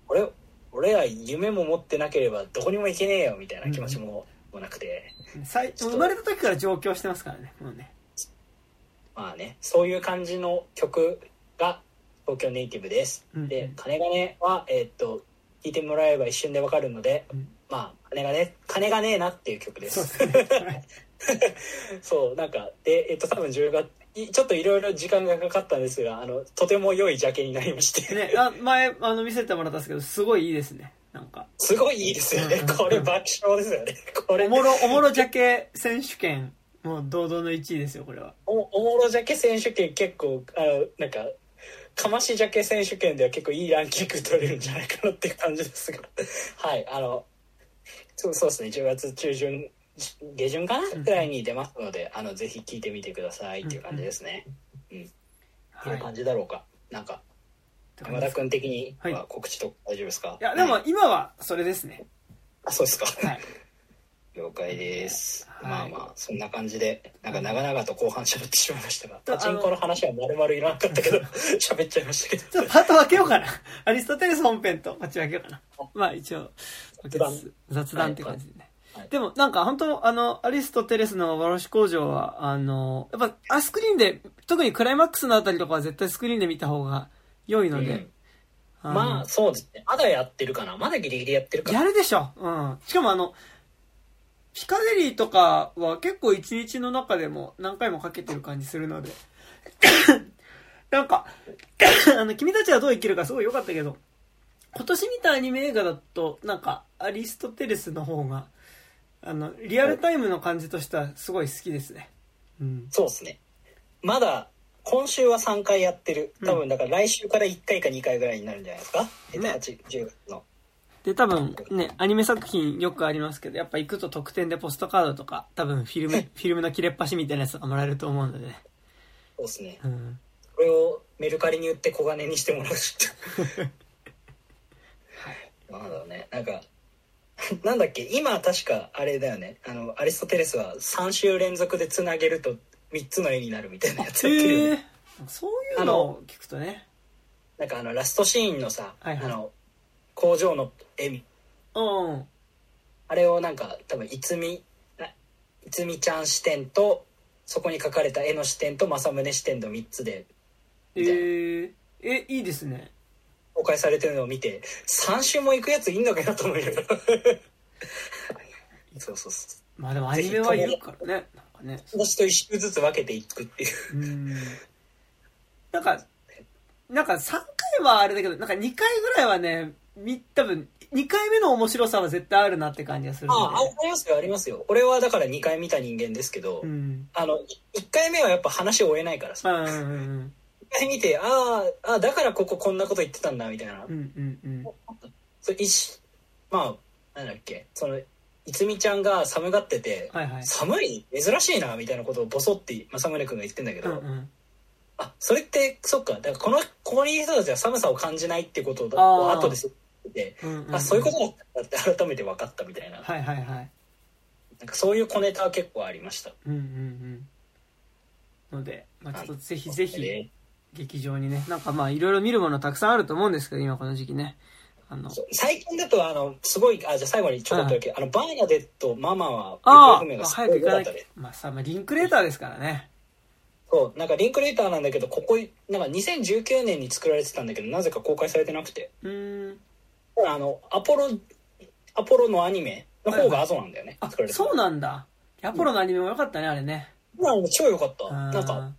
Speaker 1: 俺俺ら夢も持ってなければどこにも行けねえよみたいな気持ちも,、もなくて
Speaker 2: 最
Speaker 1: ちょっと
Speaker 2: 生まれた時から上京してますからねもうね
Speaker 1: まあねそういう感じの曲が東京ネイティブです、
Speaker 2: うんうん
Speaker 1: で「金金」はえーっと聴いてもらえば一瞬でわかるので、
Speaker 2: うん
Speaker 1: まあ金がね金がねえなっていう曲で
Speaker 2: そう
Speaker 1: す
Speaker 2: ですねはい
Speaker 1: そうなんかでえっと多分10月いちょっといろいろ時間がかかったんですがあのとても良いジャケになりまして、
Speaker 2: ねあ前あの見せてもらったんですけどすごいいいですねなんか
Speaker 1: [laughs] すごいいいですよね
Speaker 2: うんうんうん
Speaker 1: これ爆笑ですよねこれ
Speaker 2: おもろおもろジャケ選手権もう堂々の1位ですよこれは
Speaker 1: おおもろジャケ選手権結構あのなんかかましジャケ選手権では結構いいランキング取れるんじゃないかなっていう感じですが [laughs] はいあのそうそうですね10月中旬下旬かなぐらいに出ますので、あのぜひ聞いてみてくださいっていう感じですね、って
Speaker 2: は
Speaker 1: いう
Speaker 2: い
Speaker 1: 感じだろうかなんか山田君的には告知とか大丈夫ですか、
Speaker 2: いやでも
Speaker 1: はい
Speaker 2: 今はそれですね
Speaker 1: あそうですか
Speaker 2: はい
Speaker 1: [laughs] 了解です、
Speaker 2: はい
Speaker 1: まあまあそんな感じでなんか長々と後半喋ってしまいましたが
Speaker 2: とあ
Speaker 1: パ
Speaker 2: の
Speaker 1: チンコの話はまるまるいらなかったけど [laughs] 喋っちゃいましたけど
Speaker 2: ちょっとパート分けようかな [laughs] アリストテレス本編とパッチ分けようかなまあ一応
Speaker 1: 雑談
Speaker 2: 雑談って感じでね
Speaker 1: はい
Speaker 2: でもなんか本当あのアリストテレスの卸工場はあのやっぱあスクリーンで特にクライマックスのあたりとかは絶対スクリーンで見た方が良いので、の
Speaker 1: まあそうですねまだやってるかなまだギリギリやってるか
Speaker 2: や
Speaker 1: な
Speaker 2: るでしょ。うん。しかもあの、ピカデリーとかは結構一日の中でも何回もかけてる感じするので。 [coughs] なんか、 [coughs] あの、君たちはどう生きるかすごい良かったけど、今年見たアニメ映画だと、なんか、アリストテレスの方が、あの、リアルタイムの感じとしてはすごい好きですね。うん。
Speaker 1: そうですねまだ今週は3回やってる多
Speaker 2: う
Speaker 1: 分だから来週から1回か2回ぐらいになるんじゃないですか、えっと
Speaker 2: ね
Speaker 1: 8 10月の
Speaker 2: で、多分ね、アニメ作品よくありますけど、やっぱ行くと特典でポストカードとか、多分フィルム、フィルムの切れっ端みたいなやつとかもらえると思うのでね。
Speaker 1: そうですね
Speaker 2: うん。
Speaker 1: これをメルカリに売って小金にしてもらうし
Speaker 2: [laughs]
Speaker 1: なんだろうねなんか [laughs] なんだっけ今確かあれだよねあのアリストテレスは3週連続でつなげると3つの絵になるみたいなやつやってるよね、
Speaker 2: へえそういうのを聞くとね
Speaker 1: なんかあのラストシーンのさ、
Speaker 2: はいはい
Speaker 1: あの工場の絵み
Speaker 2: うん
Speaker 1: あれをなんか多分いつみないつみちゃん視点とそこに書かれた絵の視点と政宗視点の3つで
Speaker 2: えええいいですね
Speaker 1: 公開されてるのを見て3週も行くやついんのかなと思いながら [laughs] そうそうそ
Speaker 2: まあでもアニメは言うからねなんかね
Speaker 1: う私と1週ずつ分けていくっていう
Speaker 2: うんなんかなんか3回はあれだけどなんか2回ぐらいはねみ多分2回目の面白さは絶対あるなって感じがする
Speaker 1: ああ
Speaker 2: ので
Speaker 1: ありますよありますよ俺はだから2回見た人間ですけど、
Speaker 2: うん
Speaker 1: あの1回目はやっぱ話を追えないからさ
Speaker 2: うんうん
Speaker 1: 1回見てあーあーだからこここんなこと言ってたんだみたいな、
Speaker 2: うんうんうん
Speaker 1: それ一まあなんだっけそのいつみちゃんが寒がってて、
Speaker 2: はいはい
Speaker 1: 寒い珍しいなみたいなことをボソって政宗君が言ってんだけ
Speaker 2: う
Speaker 1: ど、
Speaker 2: んうん
Speaker 1: あそれってそっかだからこのここにいる人たちは寒さを感じないってことだ
Speaker 2: あー
Speaker 1: を後で知って
Speaker 2: うんん
Speaker 1: あそういうことだったんだって改めて分かったみたいな,、
Speaker 2: はいはいはい
Speaker 1: なんかそういう小ネタは結構ありました。
Speaker 2: うんうんうんので、まあ、ちょっとぜひぜひ、
Speaker 1: で
Speaker 2: 劇場にねなんかまあいろいろ見るものたくさんあると思うんですけど今この時期ねあの
Speaker 1: そう最近だとあのすごいあじゃあ最後にちょこっとだけ、あのバーナデットママは
Speaker 2: あ
Speaker 1: 行方不明
Speaker 2: あ
Speaker 1: がすご
Speaker 2: 早く
Speaker 1: い
Speaker 2: 行
Speaker 1: 良
Speaker 2: か
Speaker 1: か
Speaker 2: な
Speaker 1: っ
Speaker 2: き
Speaker 1: た
Speaker 2: ゃ
Speaker 1: です
Speaker 2: まあさ、まあ、リンクレーターですからね
Speaker 1: そうなんかリンクレーターなんだけどここなんか2019年に作られてたんだけどなぜか公開されてなくて
Speaker 2: うーん
Speaker 1: だからあのアポロアポロのアニメの方がアゾなんだよね、
Speaker 2: あ
Speaker 1: 作られてた
Speaker 2: そうなんだアポロのアニメも良かったねあれね
Speaker 1: まあ超良かった
Speaker 2: あー
Speaker 1: なんか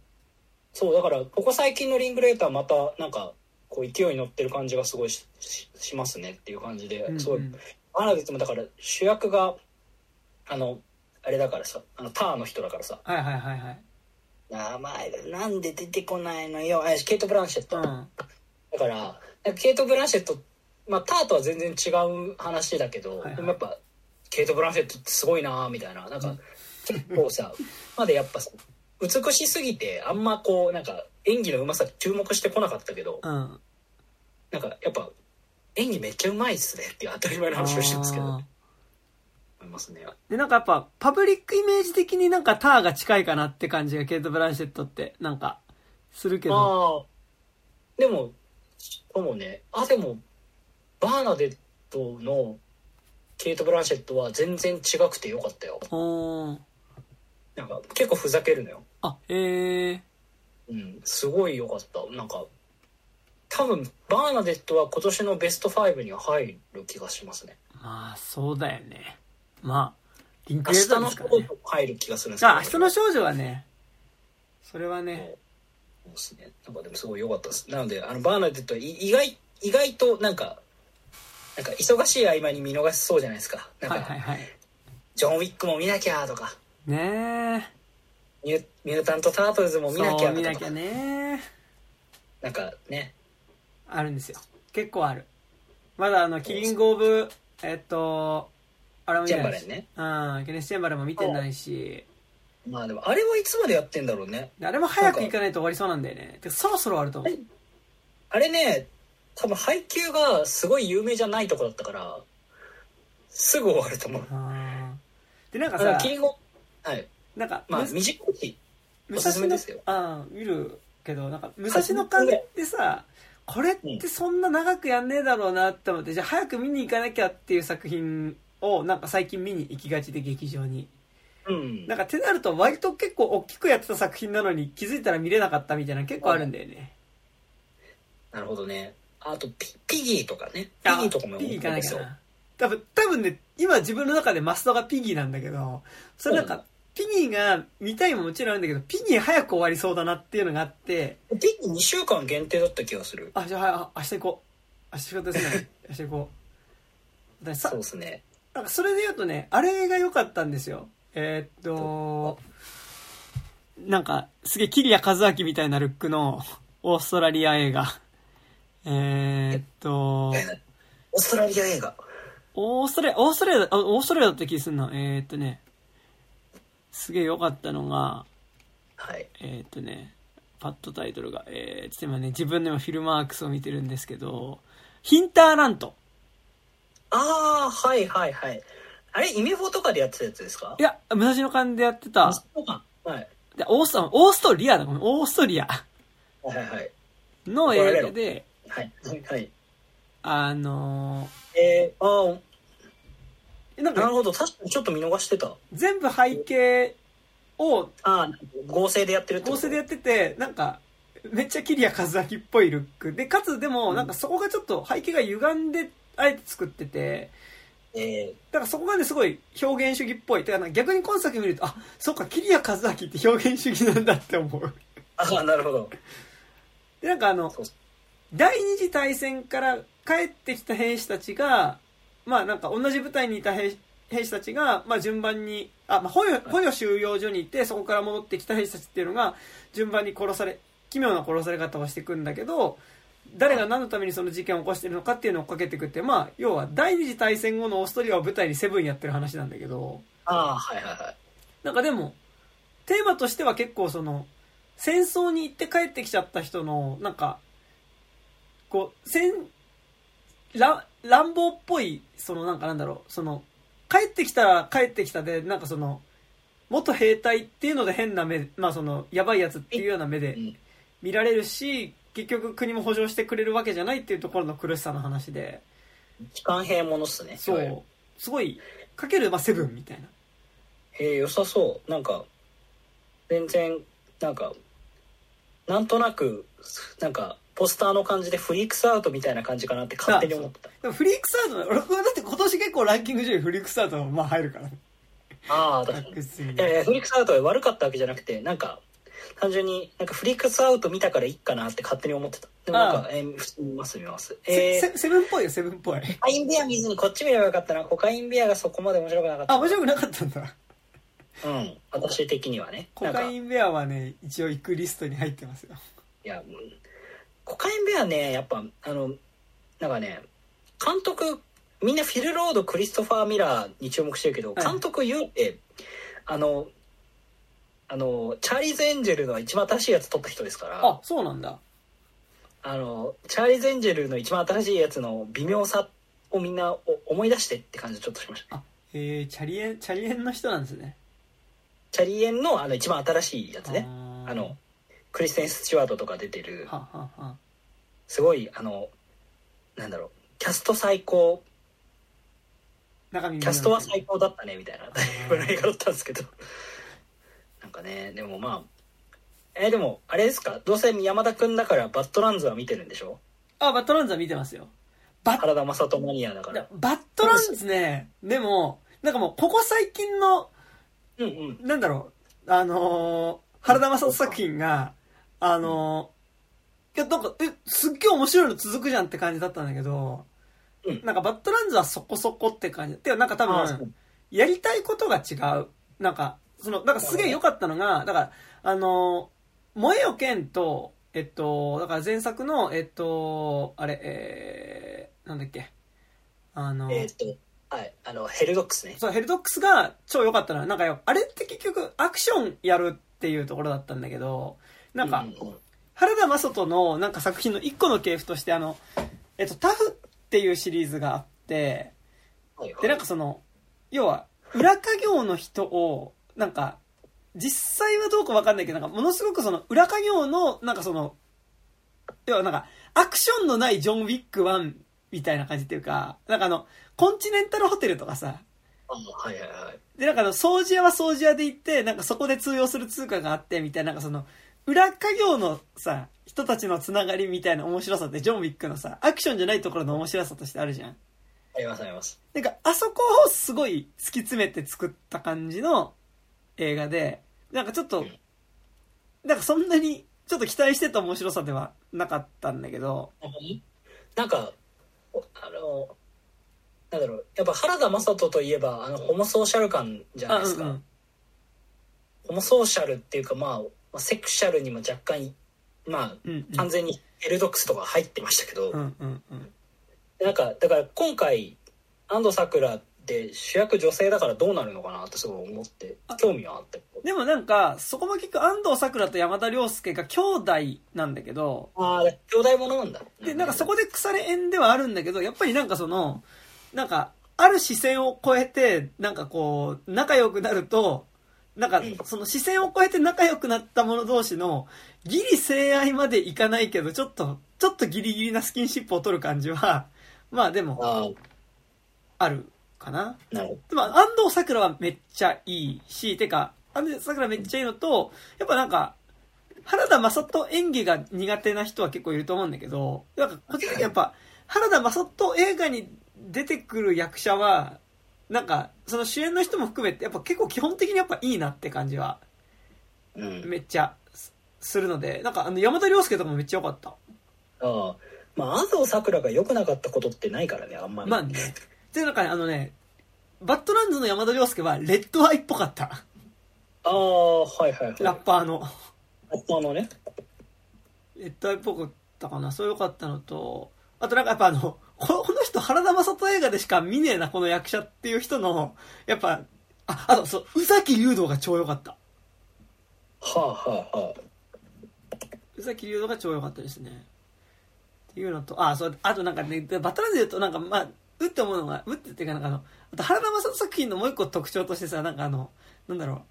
Speaker 1: そうだからここ最近のリンクレーターまたなんかこう勢いに乗ってる感じがすごいしししますねっていう感じで
Speaker 2: うんうん
Speaker 1: すごい、バーナデットもだから主役があのあれだからさあのターの人だからさ
Speaker 2: はいはいはいはい
Speaker 1: 名前がなんで出てこないのよあケイト・ブランシェット、
Speaker 2: うん
Speaker 1: だからケイト・ブランシェット、まあ、ターとは全然違う話だけど、
Speaker 2: はいはい
Speaker 1: でもやっぱケイト・ブランシェットってすごいなーみたいななんか結構さまでやっぱさ美しすぎてあんまこうなんか演技のうまさ注目してこなかったけど
Speaker 2: うん
Speaker 1: なんかやっぱ演技めっちゃうまいっすねっていう当たり前の [laughs] 話をしてますけど
Speaker 2: あー
Speaker 1: 思いますね
Speaker 2: で、なんかやっぱ、パブリックイメージ的になんかターが近いかなって感じが、ケイト・ブランシェットって、なんか、するけど。
Speaker 1: ああでもでもねあでもバーナデットのケイト・ブランシェットは全然違くてよかったよ
Speaker 2: おー
Speaker 1: なんか結構ふざけるのよ
Speaker 2: あ、ええ
Speaker 1: うんすごいよかったなんか多分バーナデットは今年のベスト5には入る気がしますね
Speaker 2: まあ、そうだよね。まあ、リンク
Speaker 1: 明
Speaker 2: レ
Speaker 1: 日
Speaker 2: ーターで
Speaker 1: の
Speaker 2: す
Speaker 1: シ
Speaker 2: か
Speaker 1: ョ
Speaker 2: らね
Speaker 1: ー。ト入る気がするんですけど
Speaker 2: あ、明日の少女はね、それはね、
Speaker 1: そうですね。なんかでもすごい良かったです。なので、あの、バーナデットはい意外、意外となんか、なんか忙しい合間に見逃しそうじゃないですか。なんか、
Speaker 2: はいはいはい。
Speaker 1: ジョン・ウィックも見なきゃとか、
Speaker 2: ね
Speaker 1: ミュミュータント・タートルズも
Speaker 2: え。
Speaker 1: 見なき
Speaker 2: そ
Speaker 1: ゃ
Speaker 2: う、見な
Speaker 1: と
Speaker 2: きゃ
Speaker 1: か、
Speaker 2: ね。
Speaker 1: なんかね、
Speaker 2: あるんですよ。結構ある。まだあの、キリング・オブ、えっと、あれも見
Speaker 1: ジェ
Speaker 2: て
Speaker 1: ンバレ
Speaker 2: な
Speaker 1: ン
Speaker 2: いし。
Speaker 1: ね。
Speaker 2: うん、ケネス・チェンバレンも見てないし。
Speaker 1: まあでも、あれはいつまでやってんだろうね。
Speaker 2: あれも早く行かないと終わりそうなんだよね。てかそろそろ終わると思う。
Speaker 1: あれね、多分配給がすごい有名じゃないとこだったから、すぐ終わると思う。
Speaker 2: あーで、なんか
Speaker 1: あの
Speaker 2: さ、
Speaker 1: キリンゴ、はい。
Speaker 2: なんか、
Speaker 1: まあ、
Speaker 2: む
Speaker 1: 短いし、
Speaker 2: 武
Speaker 1: おすす
Speaker 2: 蔵
Speaker 1: めで
Speaker 2: 野
Speaker 1: すよ
Speaker 2: ああ見るけどなんか武蔵野館ってさこれってそんな長くやんねえだろうなって思ってじゃあ早く見に行かなきゃっていう作品をなんか最近見に行きがちで劇場に
Speaker 1: うん
Speaker 2: な。んかてなると割と結構大きくやってた作品なのに気づいたら見れなかったみたいなの結構あるんだよね
Speaker 1: なるほどね。あとピ、ピギーとかね。ピ
Speaker 2: あ
Speaker 1: ギーとかも
Speaker 2: ピギー行かなきゃ
Speaker 1: よ。
Speaker 2: な多分多分ね今自分の中でマストがピギーなんだけどそれなん
Speaker 1: うん
Speaker 2: かピギーが見たいももちろんあるんだけどピギー早く終わりそうだなっていうのがあって
Speaker 1: ピギー2週間限定だった気がする。
Speaker 2: あ、じゃあ、はいあ明日行こう。明日仕事で
Speaker 1: [laughs]
Speaker 2: すね。明日行こう。だ
Speaker 1: そ
Speaker 2: さ
Speaker 1: う、ですね。
Speaker 2: なんかそれで言うとね、あれが良かったんですよ。えーっと、なんか、すげえ、キリア和明みたいなルックの、 [laughs] オーストラリア映画。えーっと、
Speaker 1: オーストラリア映画。
Speaker 2: オーストラリア、オーストラリアだ、あオーストラリアだった気がするな。えーっとね、すげえ良かったのが、
Speaker 1: はい。
Speaker 2: えーっとね、パッとタイトルが、えー、ちょっと今ね、自分でもフィルマークスを見てるんですけど、ヒンターラント。
Speaker 1: ああ、はいはいはい。あれ、イメフォとかでやってたやつですか
Speaker 2: いや、武蔵野館でやってた、
Speaker 1: そうか。はい。
Speaker 2: でオースト、オーストリアだ、ごめん、オーストリア
Speaker 1: はいはいはい。
Speaker 2: の映画で、
Speaker 1: はい。はい。
Speaker 2: あの
Speaker 1: えー、あ
Speaker 2: ーな
Speaker 1: あ、
Speaker 2: ん
Speaker 1: なる
Speaker 2: か
Speaker 1: ほど。確かにちょっと見逃してた。
Speaker 2: 全部背景を
Speaker 1: ああ、合成でやってるって
Speaker 2: 合成でや
Speaker 1: っ
Speaker 2: ってて、なんか、めっちゃキリア和明っぽいルック。で、かつでも、なんかそこがちょっと背景が歪んで、あえて作ってて、
Speaker 1: てえ
Speaker 2: だからそこがね、すごい表現主義っぽい。てかなんか逆に今作見ると、あ、そっか、キリア和明って表現主義なんだって思う。
Speaker 1: ー、ああ、なるほど。
Speaker 2: で、なんかあの、
Speaker 1: そう
Speaker 2: 第二次大戦から帰ってきた兵士たちが、まあなんか同じ部隊にいた兵士兵士たちが、まあ順番に、あ、まあ捕虜、捕虜収容所にいて、そこから戻ってきた兵士たちっていうのが、順番に殺され、奇妙な殺され方をしていくんだけど、誰が何のためにその事件を起こしてるのかっていうのを追っかけていくって、まあ、要は第二次大戦後のオーストリアを舞台にセブンやってる話なんだけど、
Speaker 1: ああ、はいはいはい。
Speaker 2: なんかでも、テーマとしては結構その、戦争に行って帰ってきちゃった人の、なんか、こう、戦、乱、乱暴っぽい、そのなんかなんだろう、その、帰ってきたら帰ってきたで、なんかその、元兵隊っていうので変な目、まあその、やばいやつっていうような目で
Speaker 1: うん
Speaker 2: 見られるし、結局国も補助してくれるわけじゃないっていうところの苦しさの話で、
Speaker 1: 期間兵ものっすね。
Speaker 2: そ
Speaker 1: いわゆる
Speaker 2: う、すごい、かける、まあセブンみたいな。
Speaker 1: えー、良さそうなんか全然なんかなんとなくなんかポスターの感じでフリークスアウトみたいな感じかなって勝手に思ってた
Speaker 2: でもフリークスアウト俺だって今年結構ランキング上位フリークスアウトのまあ入るからね
Speaker 1: ああ確か
Speaker 2: 確
Speaker 1: にい
Speaker 2: 実に
Speaker 1: やいやフリークスアウトは悪かったわけじゃなくてなんか単純になんかフリークスアウト見たからいいかなって勝手に思ってたでもなん
Speaker 2: あ
Speaker 1: か
Speaker 2: あ
Speaker 1: えー普通に見ます見ますえ
Speaker 2: セ
Speaker 1: ー
Speaker 2: セセブンっぽいよセブンっぽい
Speaker 1: コカインビア見ずにこっち見ればよかったなコカインビアがそこまで面白くなかった
Speaker 2: あ面白くなかったんだ
Speaker 1: うん私的にはね
Speaker 2: コ
Speaker 1: なんか
Speaker 2: カインベアはね一応行くリストに入ってますよ
Speaker 1: いや、もうコカインベアね、やっぱ、あの、なんかね、監督、みんなフィル・ロード、クリストファー・ミラーに注目してるけど、
Speaker 2: はい
Speaker 1: 監督言うて、あの、あの、チャーリーズ・エンジェルの一番新しいやつ撮った人ですから、
Speaker 2: あそうなんだ
Speaker 1: あのチャーリーズ・エンジェルの一番新しいやつの微妙さをみんなお思い出してって感じちょっとしました
Speaker 2: あへえチャリエンチャリエンの人なんですね
Speaker 1: チャリエンのあの一番新しいやつね
Speaker 2: あー
Speaker 1: あのクリステン・スチュワードとか出てる
Speaker 2: はあはあは
Speaker 1: すごいあのなんだろうキャスト最高
Speaker 2: あ中身
Speaker 1: キャストは最高だったねみたいなタイプの映画だったんですけど [laughs] なんかねでもまあえでもあれですかどうせ山田君だからバッドランズは見てるんでしょ
Speaker 2: あバットランズは見てますよバッ
Speaker 1: 原田雅人マニアだから
Speaker 2: バットランズねでもなんかもうここ最近の
Speaker 1: うんうん
Speaker 2: なんだろうあのー原田雅人作品があのーいやなんかえすっげえ面白いの続くじゃんって感じだったんだけど、
Speaker 1: うん
Speaker 2: なんかバットランズはそこそこって感じてかなんか多
Speaker 1: あーそう
Speaker 2: 分やりたいことが違うなんかそのなんかすげえ良かったのがだからあのー燃えよ剣とえっとだから前作のえっとあれえー、なんだっけあのー
Speaker 1: えーっとはいあのヘルドックスね
Speaker 2: そう、ヘルドックスが超良かったのは、なんかよ、あれって結局アクションやるっていうところだったんだけど、なんか、
Speaker 1: うんうん
Speaker 2: 原田雅人のなんか作品の一個の系譜として、あの、えっと、タフっていうシリーズがあって、
Speaker 1: はいはい
Speaker 2: で、なんかその、要は、裏稼業の人を、なんか、実際はどうかわかんないけど、なんか、ものすごくその、裏稼業の、なんかその、要はなんか、アクションのないジョン・ウィック1みたいな感じっていうか、なんかあの、コンチネンタルホテルとかさ、
Speaker 1: あはいはいはい
Speaker 2: で、なんかあの、掃除屋は掃除屋で行って、なんかそこで通用する通貨があって、みたいな、なんかその、裏家業のさ、人たちのつながりみたいな面白さって、ジョン・ウィックのさ、アクションじゃないところの面白さとしてあるじゃん。
Speaker 1: ありますあります
Speaker 2: なんか、あそこをすごい突き詰めて作った感じの映画で、なんかちょっと、なんかそんなに、ちょっと期待してた面白さではなかったんだけど、
Speaker 1: なんかおあのなんだろうやっぱ原田雅人といえばあのホモソーシャル感じゃない
Speaker 2: あ、
Speaker 1: で
Speaker 2: う
Speaker 1: す
Speaker 2: ん
Speaker 1: か、
Speaker 2: うん。
Speaker 1: ホモソーシャルっていうかまあまあセクシャルにも若干ま
Speaker 2: うんうん
Speaker 1: あ完全にエルドックスとか入ってましたけど、
Speaker 2: うんうんうん。
Speaker 1: なんかだから今回安藤サクラで主役女性だからどうなるのかなってすごい思って
Speaker 2: あ
Speaker 1: 興味はあって
Speaker 2: でもなんか、そこも結局安藤サクラと山田涼介が兄弟なんだけど、
Speaker 1: ああ兄弟ものなんだ
Speaker 2: でなんかそこで腐れ縁ではあるんだけどやっぱりなんかそのなんかある視線を超えてなんかこう仲良くなるとなんか
Speaker 1: うん
Speaker 2: その視線を超えて仲良くなった者同士のギリ性愛までいかないけどちょっとちょっとギリギリなスキンシップを取る感じはまあでも
Speaker 1: あ
Speaker 2: あるかな
Speaker 1: あなるほど
Speaker 2: でも安藤サクラはめっちゃいいし、てか、安藤サクラめっちゃいいのと、やっぱなんか、原田雅人演技が苦手な人は結構いると思うんだけど、なんか個人的にやっぱ、原田雅人映画に出てくる役者は、なんか、その主演の人も含めて、やっぱ結構基本的にやっぱいいなって感じは、
Speaker 1: うん
Speaker 2: めっちゃす、するので、なんかあの、山田涼介とかもめっちゃ良かった。
Speaker 1: ああまあ安藤サクラが良くなかったことってないからねあんまり、
Speaker 2: まあね。で、なんかね、あのね、バッドランズの山田涼介は、レッドアイっぽかった。
Speaker 1: ああはいはいはい
Speaker 2: ラッパーの。
Speaker 1: ラッパーのね
Speaker 2: レッドアイっぽかったかなそうよかったのとあとなんかやっぱあのここの人原田雅人映画でしか見ねえなこの役者っていう人のやっぱああとそう宇崎竜童が超良かった
Speaker 1: はあはあはあ
Speaker 2: 宇崎竜童が超良かったですねっていうのとあそうあとなんかねでバトランズで言うとなんかまあうって思うのがうってっていうかなんかあのあと原田雅人作品のもう一個特徴としてさなんかあのなんだろう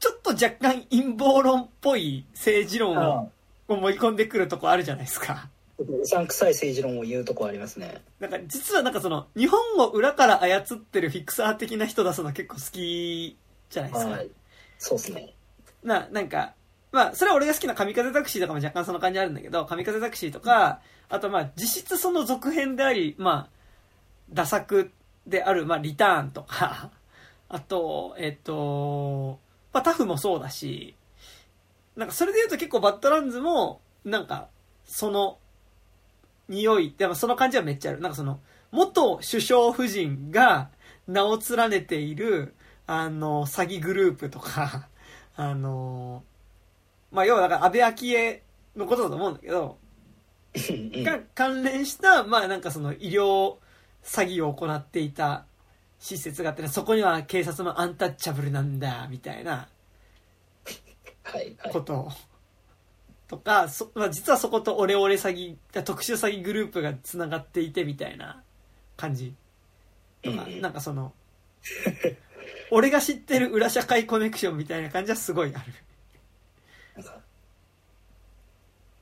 Speaker 2: ちょっと若干陰謀論っぽい政治論
Speaker 1: あ
Speaker 2: を思い込んでくるとこあるじゃないですか
Speaker 1: あうさんくさい政治論を言うとこありますね
Speaker 2: なんか実はなんかその日本を裏から操ってるフィクサー的な人出すの結構好きじゃないですか。
Speaker 1: はいそうですね
Speaker 2: な、なんか、まあそれは俺が好きな神風タクシーとかも若干その感じあるんだけど、神風タクシーとか、あとまあ実質その続編であり、まあ、打作である、まあリターンとか、あと、えっと、まあタフもそうだし、なんかそれで言うと結構バッドランズも、なんか、その、匂い、でもその感じはめっちゃある。なんかその、元首相夫人が名を連ねている、あの、詐欺グループとか、あの、まあ、要はだから安倍昭恵のことだと思うんだけど、
Speaker 1: うんうん
Speaker 2: が関連した、まあなんかその医療詐欺を行っていた施設があってね、そこには警察もアンタッチャブルなんだ、みたいな
Speaker 1: はいはい
Speaker 2: ことをとか、そまあ、実はそことオレオレ詐欺、特殊詐欺グループが繋がっていてみたいな感じとか、
Speaker 1: うんうん
Speaker 2: なんかその、俺が知ってる裏社会コネクションみたいな感じはすごいある。
Speaker 1: なんか、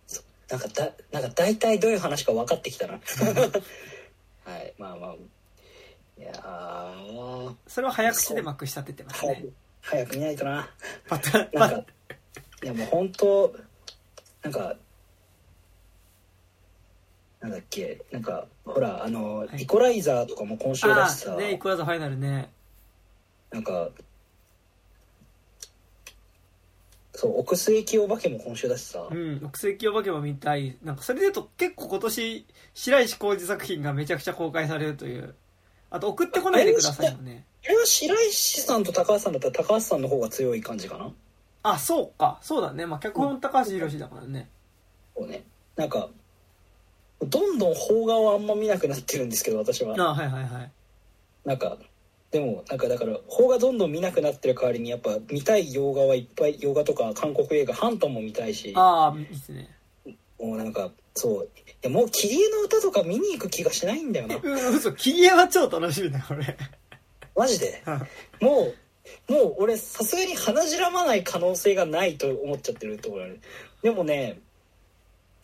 Speaker 1: そなんかだ、なんか大体どういう話か分かってきた
Speaker 2: [laughs]
Speaker 1: な。はい、まあまあ。いやー、
Speaker 2: それは早口でまくし立ててます
Speaker 1: 早
Speaker 2: ね
Speaker 1: く。、早く見ないとな。
Speaker 2: パタ
Speaker 1: なん
Speaker 2: パ
Speaker 1: か、いやもう本当、なんか、なんだっけ、なんか、ほら、あの、
Speaker 2: はい
Speaker 1: イコライザーとかも今週だ
Speaker 2: あ
Speaker 1: しさ、
Speaker 2: ーね、イコラザファイナルね。
Speaker 1: なんか、そう、奥末駅お化けも今週だしさ、
Speaker 2: うん、木石お化けも見たい。なんかそれで言うと結構今年、白石浩二作品がめちゃくちゃ公開されるという。あと、送ってこないでくださいよね。
Speaker 1: これは白石さんと高橋さんだったら高橋さんの方が強い感じかな
Speaker 2: あ、そうか。そうだね。まあ、脚本高橋宏だからね。
Speaker 1: そうねなんかどんどん邦画をあんま見なくなってるんですけど私は
Speaker 2: あはいはいはい。
Speaker 1: なんかでもなんかだから邦画どんどん見なくなってる代わりにやっぱ見たい洋画はいっぱい洋画とか韓国映画ハンタも見たいし
Speaker 2: ああ、いいですね。
Speaker 1: もうなんかそういやもう「切り絵の歌」とか見に行く気がしないんだよ
Speaker 2: [laughs]
Speaker 1: な
Speaker 2: うん、嘘。切り絵は超楽しみだよ、これ。
Speaker 1: マジでもうもう俺さすがに鼻じらまない可能性がないと思っちゃってるところあるでもね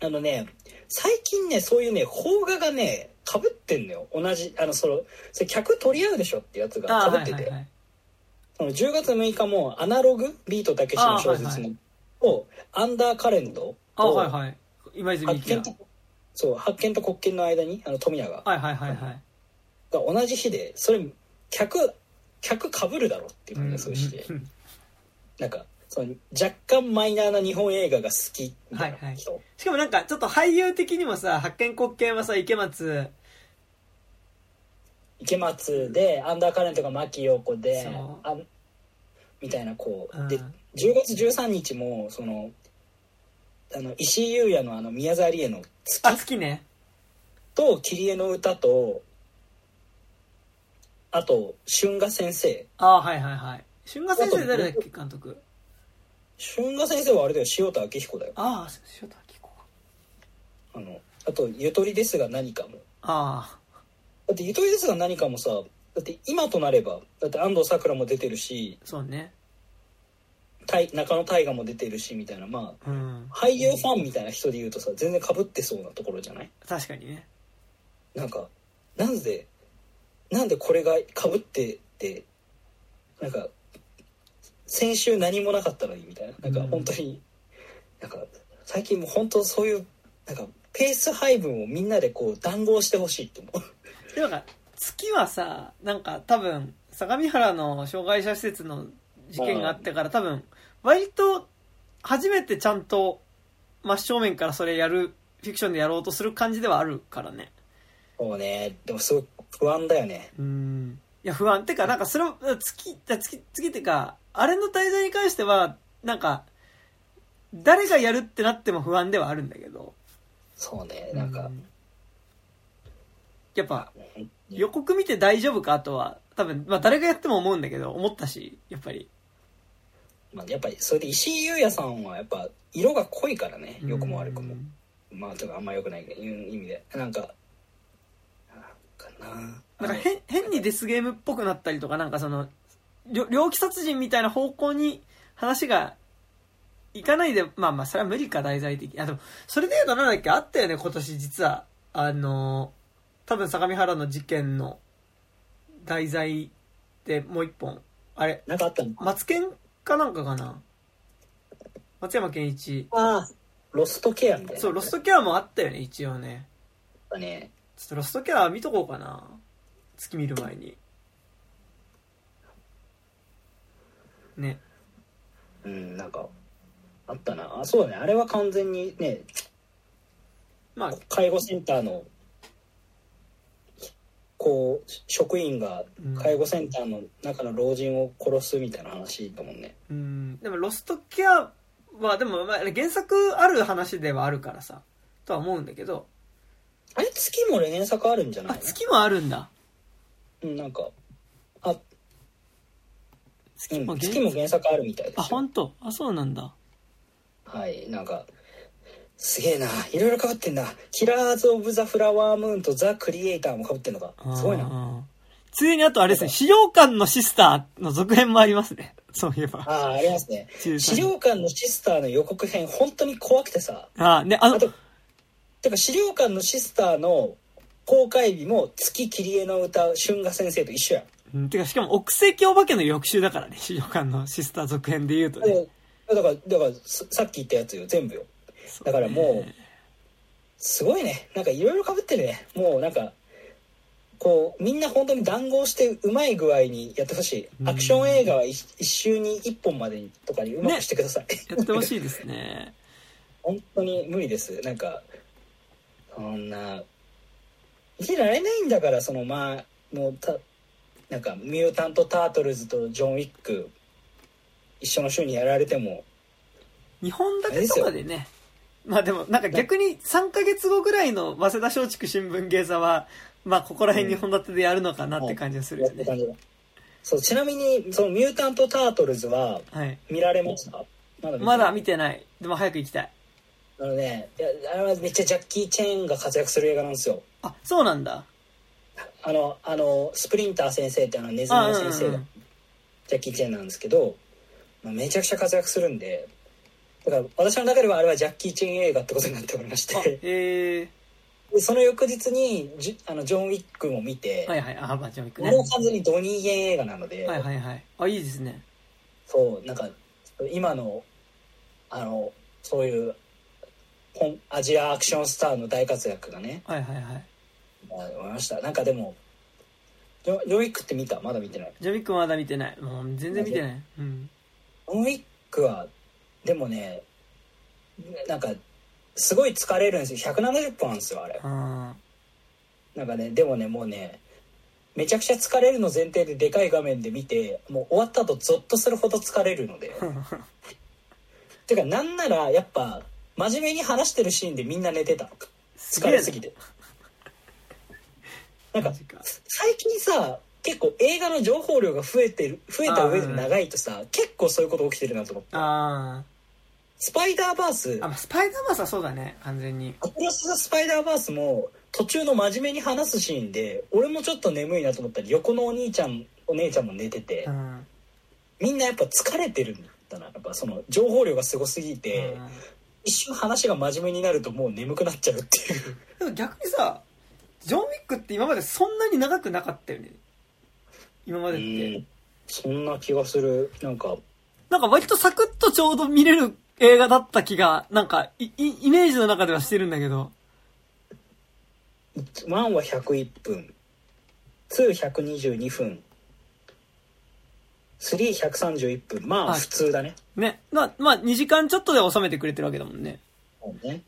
Speaker 1: あのね最近ねそういうね邦画がねかぶってんのよ同じあのそのそれ客取り合うでしょってやつがか
Speaker 2: ああ、
Speaker 1: ぶ
Speaker 2: は
Speaker 1: っ
Speaker 2: い
Speaker 1: て
Speaker 2: はい
Speaker 1: て
Speaker 2: はい。
Speaker 1: その10月6日もアナログビートたけしの小説
Speaker 2: あはいは
Speaker 1: のをアンダーカレント
Speaker 2: あ
Speaker 1: と
Speaker 2: はいはい。今泉
Speaker 1: 発
Speaker 2: 力
Speaker 1: 見
Speaker 2: 也
Speaker 1: と。そう発見と国権の間にあの富永が
Speaker 2: はいはいはいはい。
Speaker 1: 同じ日でそれ客客かぶるだろっていう感じがすごいして。
Speaker 2: うんうん
Speaker 1: なんかその若干マイナーな日本映画が好きみたいな人、
Speaker 2: しかもなんか、ちょっと俳優的にもさ、発見国権はさ、池松、
Speaker 1: 池松でアンダーカレントが牧陽子で
Speaker 2: そう
Speaker 1: あんみたいなこう、
Speaker 2: うん
Speaker 1: で10月13日もそのあの石井優也のあの宮沢りえの「
Speaker 2: あ、
Speaker 1: 月
Speaker 2: 好きね。」
Speaker 1: と「切り絵の歌と」あと「春画先生
Speaker 2: ああ、はいはいはい。春画先生誰だっけ、監督。」
Speaker 1: 春画先生はあれだよ塩田明彦だよ
Speaker 2: ああ、そうだ、聞こう。
Speaker 1: あのあと「ゆとりですが何か」も
Speaker 2: ああ、
Speaker 1: だって「ゆとりですが何か」もさだって今となればだって安藤サクラも出てるし
Speaker 2: そうね。
Speaker 1: たい中野大河も出てるしみたいなま
Speaker 2: うん
Speaker 1: あ。俳優ファンみたいな人で言うとさ全然かぶってそうなところじゃない
Speaker 2: 確かにね。
Speaker 1: なんかなんでなんでこれがかぶっててなんか先週何もなかったのにみたいななん
Speaker 2: う
Speaker 1: か
Speaker 2: ん
Speaker 1: 本当に、なんか最近もう本当そういうなんかペース配分をみんなでこう談合してほしいって思う
Speaker 2: で、なんか、月はさ、なんか多分、相模原の障害者施設の事件があってから多分、割と、初めてちゃんと、真正面からそれやる、フィクションでやろうとする感じではあるからね。
Speaker 1: もうねでもすごい不安だよね
Speaker 2: うん。いや、不安。てか、なんかそれを、月、月、月ってか、あれの滞在に関しては、なんか、誰がやるってなっても不安ではあるんだけど。
Speaker 1: そうねなんか、
Speaker 2: う
Speaker 1: うん
Speaker 2: やっぱ、
Speaker 1: ん
Speaker 2: 予告見て大丈夫かとは、多分、まあ誰がやっても思うんだけど、思ったし、やっぱり。
Speaker 1: まあ、やっぱりそれで石井優也さんはやっぱ色が濃いからね良くも悪くも
Speaker 2: うん
Speaker 1: まあとかあんま良くないけどいう意味でなんかなんかな
Speaker 2: なんか変、変にデスゲームっぽくなったりとか、なんかその、猟猟奇殺人みたいな方向に話がいかないで、まあまあ、それは無理か、題材的。あ、でも、それで言うとなんだっけ、あったよね、今年実は。あの、多分相模原の事件の題材でもう一本。あれ、
Speaker 1: なんかあったの
Speaker 2: マツケンかなんかかな松山健一。
Speaker 1: ああロストケアみたいな
Speaker 2: そう、ロストケアもあったよね、一応ね。
Speaker 1: トね
Speaker 2: ちょっとロストケア見とこうかな。月見る前に。ね。
Speaker 1: うんなんかあったなあそうだねあれは完全にね
Speaker 2: まあ、
Speaker 1: 介護センターのこう職員が
Speaker 2: うん
Speaker 1: 介護センターの中の老人を殺すみたいな話だもんね
Speaker 2: うん。でもロストケアは、でも、まあ、原作ある話ではあるからさ、とは思うんだけど。
Speaker 1: あれ月も連作あるんじゃな
Speaker 2: あ、
Speaker 1: いの
Speaker 2: 月もあるんだ。
Speaker 1: うんなんかあ
Speaker 2: 月も
Speaker 1: うん、
Speaker 2: 原
Speaker 1: 月も原作あるみたいですよ
Speaker 2: あ、本当あ、そうなんだ。
Speaker 1: はいなんかすげえないろいろかかってんなキラーズ・オブ・ザ・フラワームーンとザ・クリエイターもかぶってんのかすごいな
Speaker 2: な。ついにあとあれですね、資料館のシスターの続編もありますね。そういえば。
Speaker 1: ああありますね
Speaker 2: 13
Speaker 1: 資料館のシスターの予告編本当に怖くてさ
Speaker 2: あー、ね、あの
Speaker 1: あ、とてか資料館のシスターの公開日も月切り絵の歌春画先生と一緒や
Speaker 2: うんてかしかも、奥世お化けの翌週だからね、資料館のシスター続編で言うと
Speaker 1: だか
Speaker 2: ね。
Speaker 1: らだからだからささっき言ったやつよ全部よだからもうすごいねなんかいろいろかぶってるねもうなんかこうみんな本当に談合してうまい具合にやってほし
Speaker 2: う
Speaker 1: い
Speaker 2: ん
Speaker 1: アクション映画は一一週に一本までにとかにうまくしてください、
Speaker 2: やってほしいですね。
Speaker 1: [laughs] 本当に無理ですなんかそんな見てられないんだからそのまあのたなんかミュータント・タートルズとジョン・ウィック一緒の週にやられても
Speaker 2: 日本だけとかでね。まあでも、なんか逆に3ヶ月後ぐらいの早稲田松竹新聞芸座は、まあここら辺日本立てでやるのかなって感じがする
Speaker 1: や
Speaker 2: よ
Speaker 1: って
Speaker 2: ね。
Speaker 1: 感じだそうちなみにそのミュータント・タートルズは
Speaker 2: はい。
Speaker 1: 見られましたまだ見てない
Speaker 2: まだ見てない。でも早く行きたい。
Speaker 1: あのねいやあれはめっちゃジャッキー・チェーンが活躍する映画なんですよ
Speaker 2: あ、そうなんだ。
Speaker 1: あのあのスプリンター先生ってあのネズミ
Speaker 2: あ、
Speaker 1: の
Speaker 2: うん
Speaker 1: 先生
Speaker 2: う
Speaker 1: が
Speaker 2: ん。
Speaker 1: ジャッキー・チェンなんですけど、まあ、めちゃくちゃ活躍するんでだから私の中ではあれはジャッキー・チェン映画ってことになっておりまし
Speaker 2: あ
Speaker 1: て
Speaker 2: え
Speaker 1: でその翌日にじゅあのジョン・ウィックも見て、
Speaker 2: ー、はいはい。あ、まあじゃあ行くね。
Speaker 1: もう完全にドニー・イエン映画なので、
Speaker 2: はいはいはい。あ、いいですね。
Speaker 1: そうなんか今のあのそういうほんアジアアクションスターの大活躍がね
Speaker 2: はいはいはい。
Speaker 1: 思いましたなんかでもジョジョン・ウィックって見たまだ見てない
Speaker 2: ジョビックまだ見てない。もう全然見てない。うん。
Speaker 1: ジョン・ウィックはでもねなんかすごい疲れるんですよ170分あるんですよあれ
Speaker 2: あ
Speaker 1: なんかねでもねもうねめちゃくちゃ疲れるの前提ででかい画面で見てもう終わった後ゾッとするほど疲れるのでてかなんならやっぱ真面目に話してるシーンでみんな寝てた
Speaker 2: す
Speaker 1: 疲
Speaker 2: げえな
Speaker 1: れすぎてなん
Speaker 2: マ
Speaker 1: か
Speaker 2: ジか。
Speaker 1: 最近さ結構映画の情報量が増えてる増えた上で長いとさ結構そういうこと起きてるなと思って
Speaker 2: あ
Speaker 1: スパイダーバース
Speaker 2: ーあ、まあ、スパイダーマンさそうだね、完全に。
Speaker 1: アクロス・ザ・スパイダーバースも途中の真面目に話すシーンで俺もちょっと眠いなと思ったら横のお兄ちゃんお姉ちゃんも寝てて
Speaker 2: うん。
Speaker 1: みんなやっぱ疲れてるんだなやっぱその情報量がすごすぎて
Speaker 2: うん
Speaker 1: 一瞬話が真面目になるともう眠くなっちゃうっていう
Speaker 2: でも逆にさ、ジョン・ウィックって今までそんなに長くなかったよね。今までって。
Speaker 1: そんな気がするなんか
Speaker 2: なんか割とサクッとちょうど見れる映画だった気が、なんかい、いイメージの中ではしてるんだけど。
Speaker 1: 1は101分2122分3131分まあ
Speaker 2: はい
Speaker 1: 普通だね,、
Speaker 2: ね。まあ、まあ、2時間ちょっとで収めてくれてるわけだもんね。
Speaker 1: ね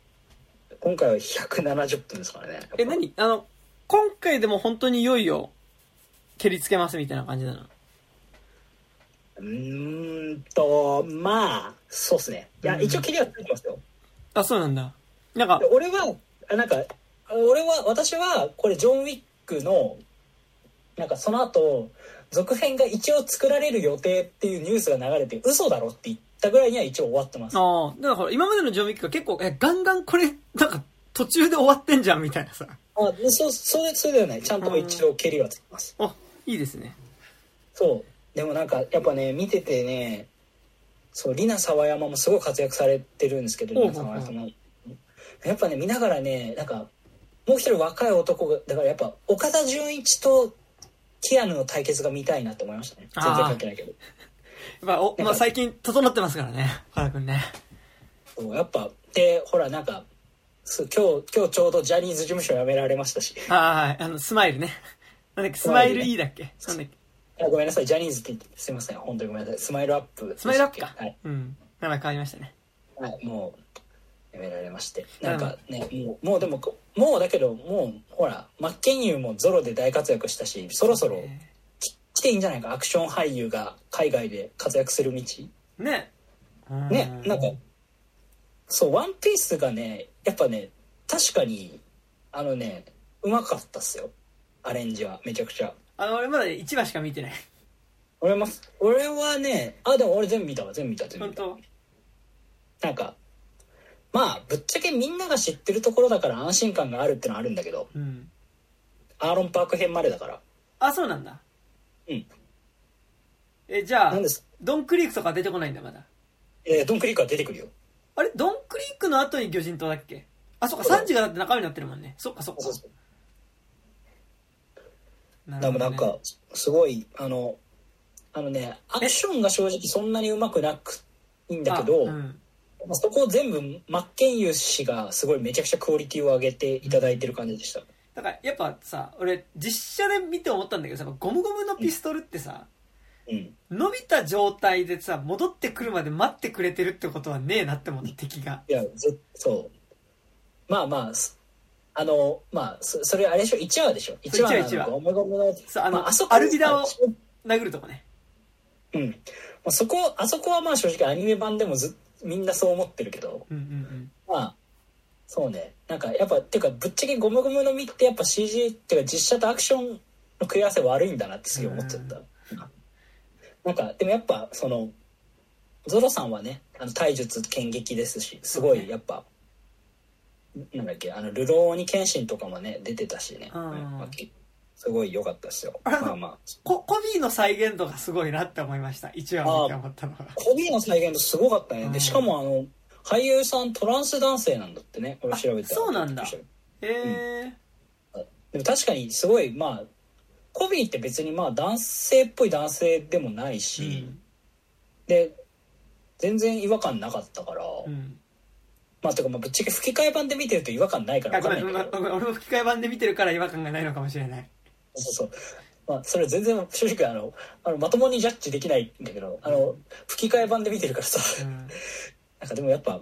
Speaker 1: 今回は170分ですからね
Speaker 2: え、何あの、今回でも本当にいよいよ、蹴りつけますみたいな感じなの。
Speaker 1: うーんとまあそうっすねいや、
Speaker 2: うん
Speaker 1: 一応切りはついてますよ
Speaker 2: あ、そうなんだ。なんか
Speaker 1: で、俺はあなんか俺は私はこれジョン・ウィックのなんかその後続編が一応作られる予定っていうニュースが流れて嘘だろって言ったぐらいには一応終わってます
Speaker 2: ああ、だからほら今までのジョン・ウィックが結構、え、ガンガンこれ、なんか途中で終わってんじゃんみたいなさ。
Speaker 1: あそそれそれではないちゃんと一応蹴りはつきます
Speaker 2: あ、いいですね。
Speaker 1: そうでもなんかやっぱね見ててねそうリナ沢山もすごい活躍されてるんですけど
Speaker 2: ほう
Speaker 1: リ
Speaker 2: ほう
Speaker 1: ナ
Speaker 2: ほう
Speaker 1: 沢山もやっぱね見ながらねなんかもう一人若い男がだからやっぱ岡田准一とキアヌの対決が見たいなって思いましたね全然関係ないけど
Speaker 2: やっぱ、お、まあ、最近整ってますからね。岡田くんね。
Speaker 1: そうやっぱでほらなんかそう今日今日ちょうどジャニーズ事務所辞められましたし
Speaker 2: ああ、あの、スマイルね。なんだっけ、スマイル E だっけなんだっけ、
Speaker 1: あごめんなさいジャニーズって言ってすいません本当にごめんなさいスマイルアップで
Speaker 2: ス
Speaker 1: したっ
Speaker 2: マ
Speaker 1: け
Speaker 2: イルアップか。
Speaker 1: はい
Speaker 2: うん。名前変わりましたね。
Speaker 1: はい、もうやめられましてなんかね、もうもうでもこもうだけどもうほらマッケンユーもゾロで大活躍したしそろそろ
Speaker 2: ね
Speaker 1: 来ていいんじゃないかアクション俳優が海外で活躍する道
Speaker 2: ね。うん
Speaker 1: ねなんかそう「ワンピースがねやっぱね確かにあのねうまかったっすよアレンジはめちゃくちゃ
Speaker 2: あの、俺まだ1話しか見てない。
Speaker 1: 俺も俺はねあでも俺全部見たわ全部見た全部
Speaker 2: 本
Speaker 1: 見た
Speaker 2: 当
Speaker 1: なんかまあぶっちゃけみんなが知ってるところだから安心感があるってのはあるんだけど
Speaker 2: うん。
Speaker 1: アーロン・パーク編までだから
Speaker 2: あ、そうなんだ。
Speaker 1: うん
Speaker 2: え、じゃあ
Speaker 1: なん、です
Speaker 2: ドンクリークとか出てこないんだ、まだ。
Speaker 1: えードン・クリークは出てくるよ
Speaker 2: あれ、ドンクリークの後に魚人島だっけあ、そっか、
Speaker 1: そうだ
Speaker 2: サンジがだって仲間になってるもんね。そっか、そっか。
Speaker 1: そうそう
Speaker 2: な
Speaker 1: でもなん
Speaker 2: ね
Speaker 1: かすごいあのあのねアクションが正直そんなにうまくなくいいんだけど、
Speaker 2: あうん
Speaker 1: まあそこを全部マッケンユー氏がすごいめちゃくちゃクオリティを上げていただいてる感じでした、
Speaker 2: だから、やっぱさ、俺、実写で見て思ったんだけどさ、やっぱゴムゴムのピストルってさ、
Speaker 1: うん、
Speaker 2: 伸びた状態でさ、戻ってくるまで待ってくれてるってことはねえなって思った、敵が。
Speaker 1: いやずそうまあまあすあのまあそそれあれでしょ1話でしょ1話
Speaker 2: 一話一
Speaker 1: の
Speaker 2: 話
Speaker 1: ゴムゴムの
Speaker 2: そう、あの、
Speaker 1: まああそこ
Speaker 2: アルビダを殴るとこね。
Speaker 1: うんまあそこあそこはまあ正直アニメ版でもずみんなそう思ってるけど
Speaker 2: うんうん
Speaker 1: まあそうねなんかやっぱっていうかぶっちゃけゴムゴムの実ってやっぱ CG っていうか実写とアクションの組み合わせ悪いんだなってすげえ思っちゃった、なんかでもやっぱそのゾロさんはねあの体術剣撃ですしすごいやっぱ、なんだっけあの「流浪に剣心」とかもね出てたしね、
Speaker 2: うん
Speaker 1: まあきすごい良かったっすよ
Speaker 2: あの
Speaker 1: まあまあ
Speaker 2: ココビーの再現度がすごいなって思いました。1話見て思ったのが。
Speaker 1: コビーの再現度すごかったね、
Speaker 2: うん
Speaker 1: でしかもあの俳優さんトランス男性なんだってねこれ調べた
Speaker 2: あそうなんだへえ。
Speaker 1: でも確かにすごいまあコビーって別にまあ男性っぽい男性でもないし、で全然違和感なかったから、
Speaker 2: うん。うん。
Speaker 1: まあてかまあぶっちゃけ吹き替え版で見てると違和感ないから
Speaker 2: あ
Speaker 1: 分
Speaker 2: ご
Speaker 1: かん
Speaker 2: め
Speaker 1: ないけ
Speaker 2: ん、ご
Speaker 1: ど
Speaker 2: めん、ごめん俺も吹き替え版で見てるから違和感がないのかもしれない。
Speaker 1: そうそうまあそれ全然正直あのあのまともにジャッジできないんだけどあの吹き替え版で見てるからさ [laughs]
Speaker 2: うん。
Speaker 1: なんかでもやっぱ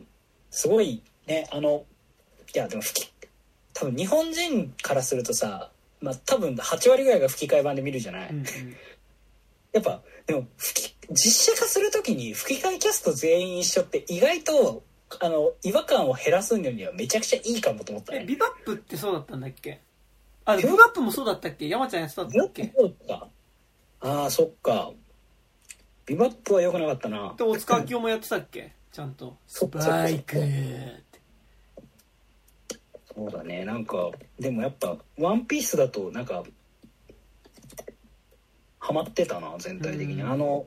Speaker 1: すごいねあのいやでも吹き多分日本人からするとさまあ多分8割ぐらいが吹き替え版で見るじゃない、
Speaker 2: うんうん
Speaker 1: やっぱでも吹き実写化するときに吹き替えキャスト全員一緒って意外とあの違和感を減らすのにはめちゃくちゃいいかもと思った
Speaker 2: え、
Speaker 1: ね
Speaker 2: ビバップってそうだったんだっけあ、ビバップもそうだったっけ山ちゃんやってたんだっけ
Speaker 1: そうかああそっかビバップは良くなかったな
Speaker 2: で、大塚明夫もやってたっけちゃんと。
Speaker 1: そっかそっか
Speaker 2: バイク
Speaker 1: そうだねなんかでもやっぱ「ワンピースだとなんかハマってたな全体的に、
Speaker 2: うん
Speaker 1: あの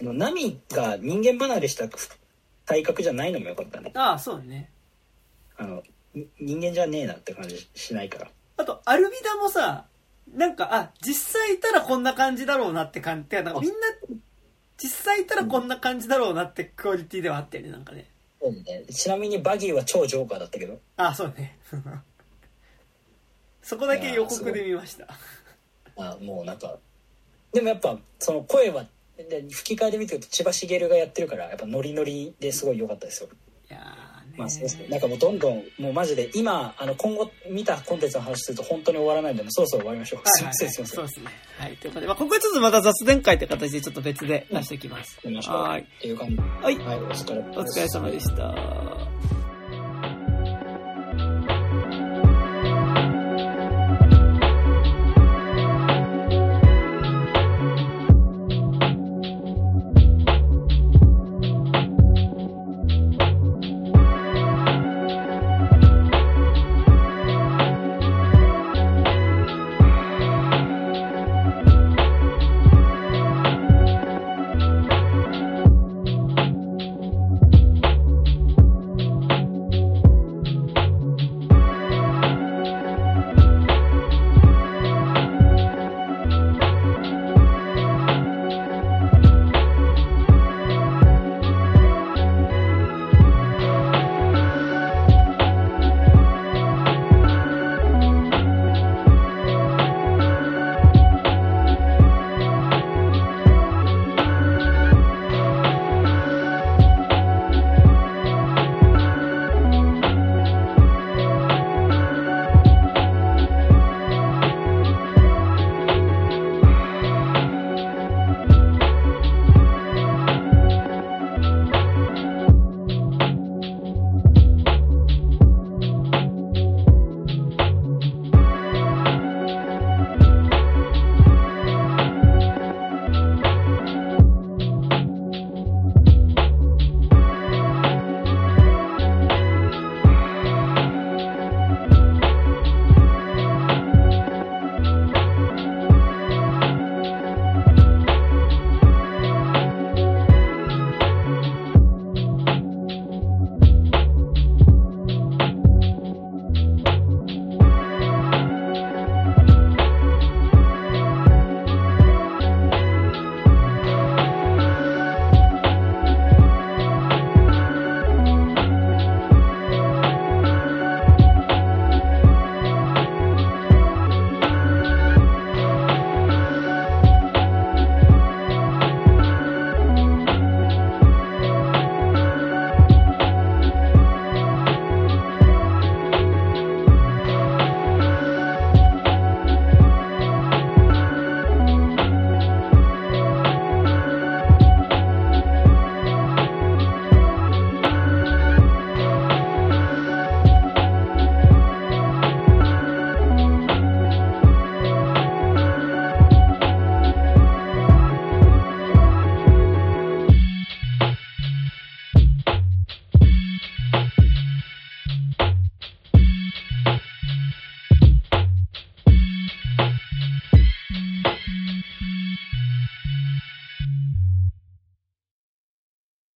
Speaker 1: あのナミが人間離れした体格じゃないのも良かったね
Speaker 2: ああ、そうね。
Speaker 1: あのに人間じゃねえなって感じしないから
Speaker 2: あと、アルビダもさ、なんか、あ、実際いたらこんな感じだろうなって感じ。てかなんかみんな、実際いたらこんな感じだろうなってクオリティではあったよね、なんかね。
Speaker 1: そうねちなみにバギーは超ジョーカーだったけど
Speaker 2: ああ、そうね。 [laughs] そこだけ予告で見ました。
Speaker 1: あもうなんかでもやっぱその声はで吹き替えで見てると千葉茂がやってるからやっぱノリノリですごい良かったですよ
Speaker 2: いやーね
Speaker 1: まあそうですね。なんかもうどんどん、もうマジで、今、あの、今後見たコンテンツの話すると本当に終わらないんで、もうそろそろ終わりましょう。すいません、すいません。
Speaker 2: そう
Speaker 1: お
Speaker 2: ですね。はい。ということで、まあ、ここはちょっとまた雑談会って形でちょっと別で出しておきます。
Speaker 1: 願いします
Speaker 2: はーい。
Speaker 1: っていう感じ。
Speaker 2: はい。
Speaker 1: はい、お疲れ様
Speaker 2: お疲れ様でした。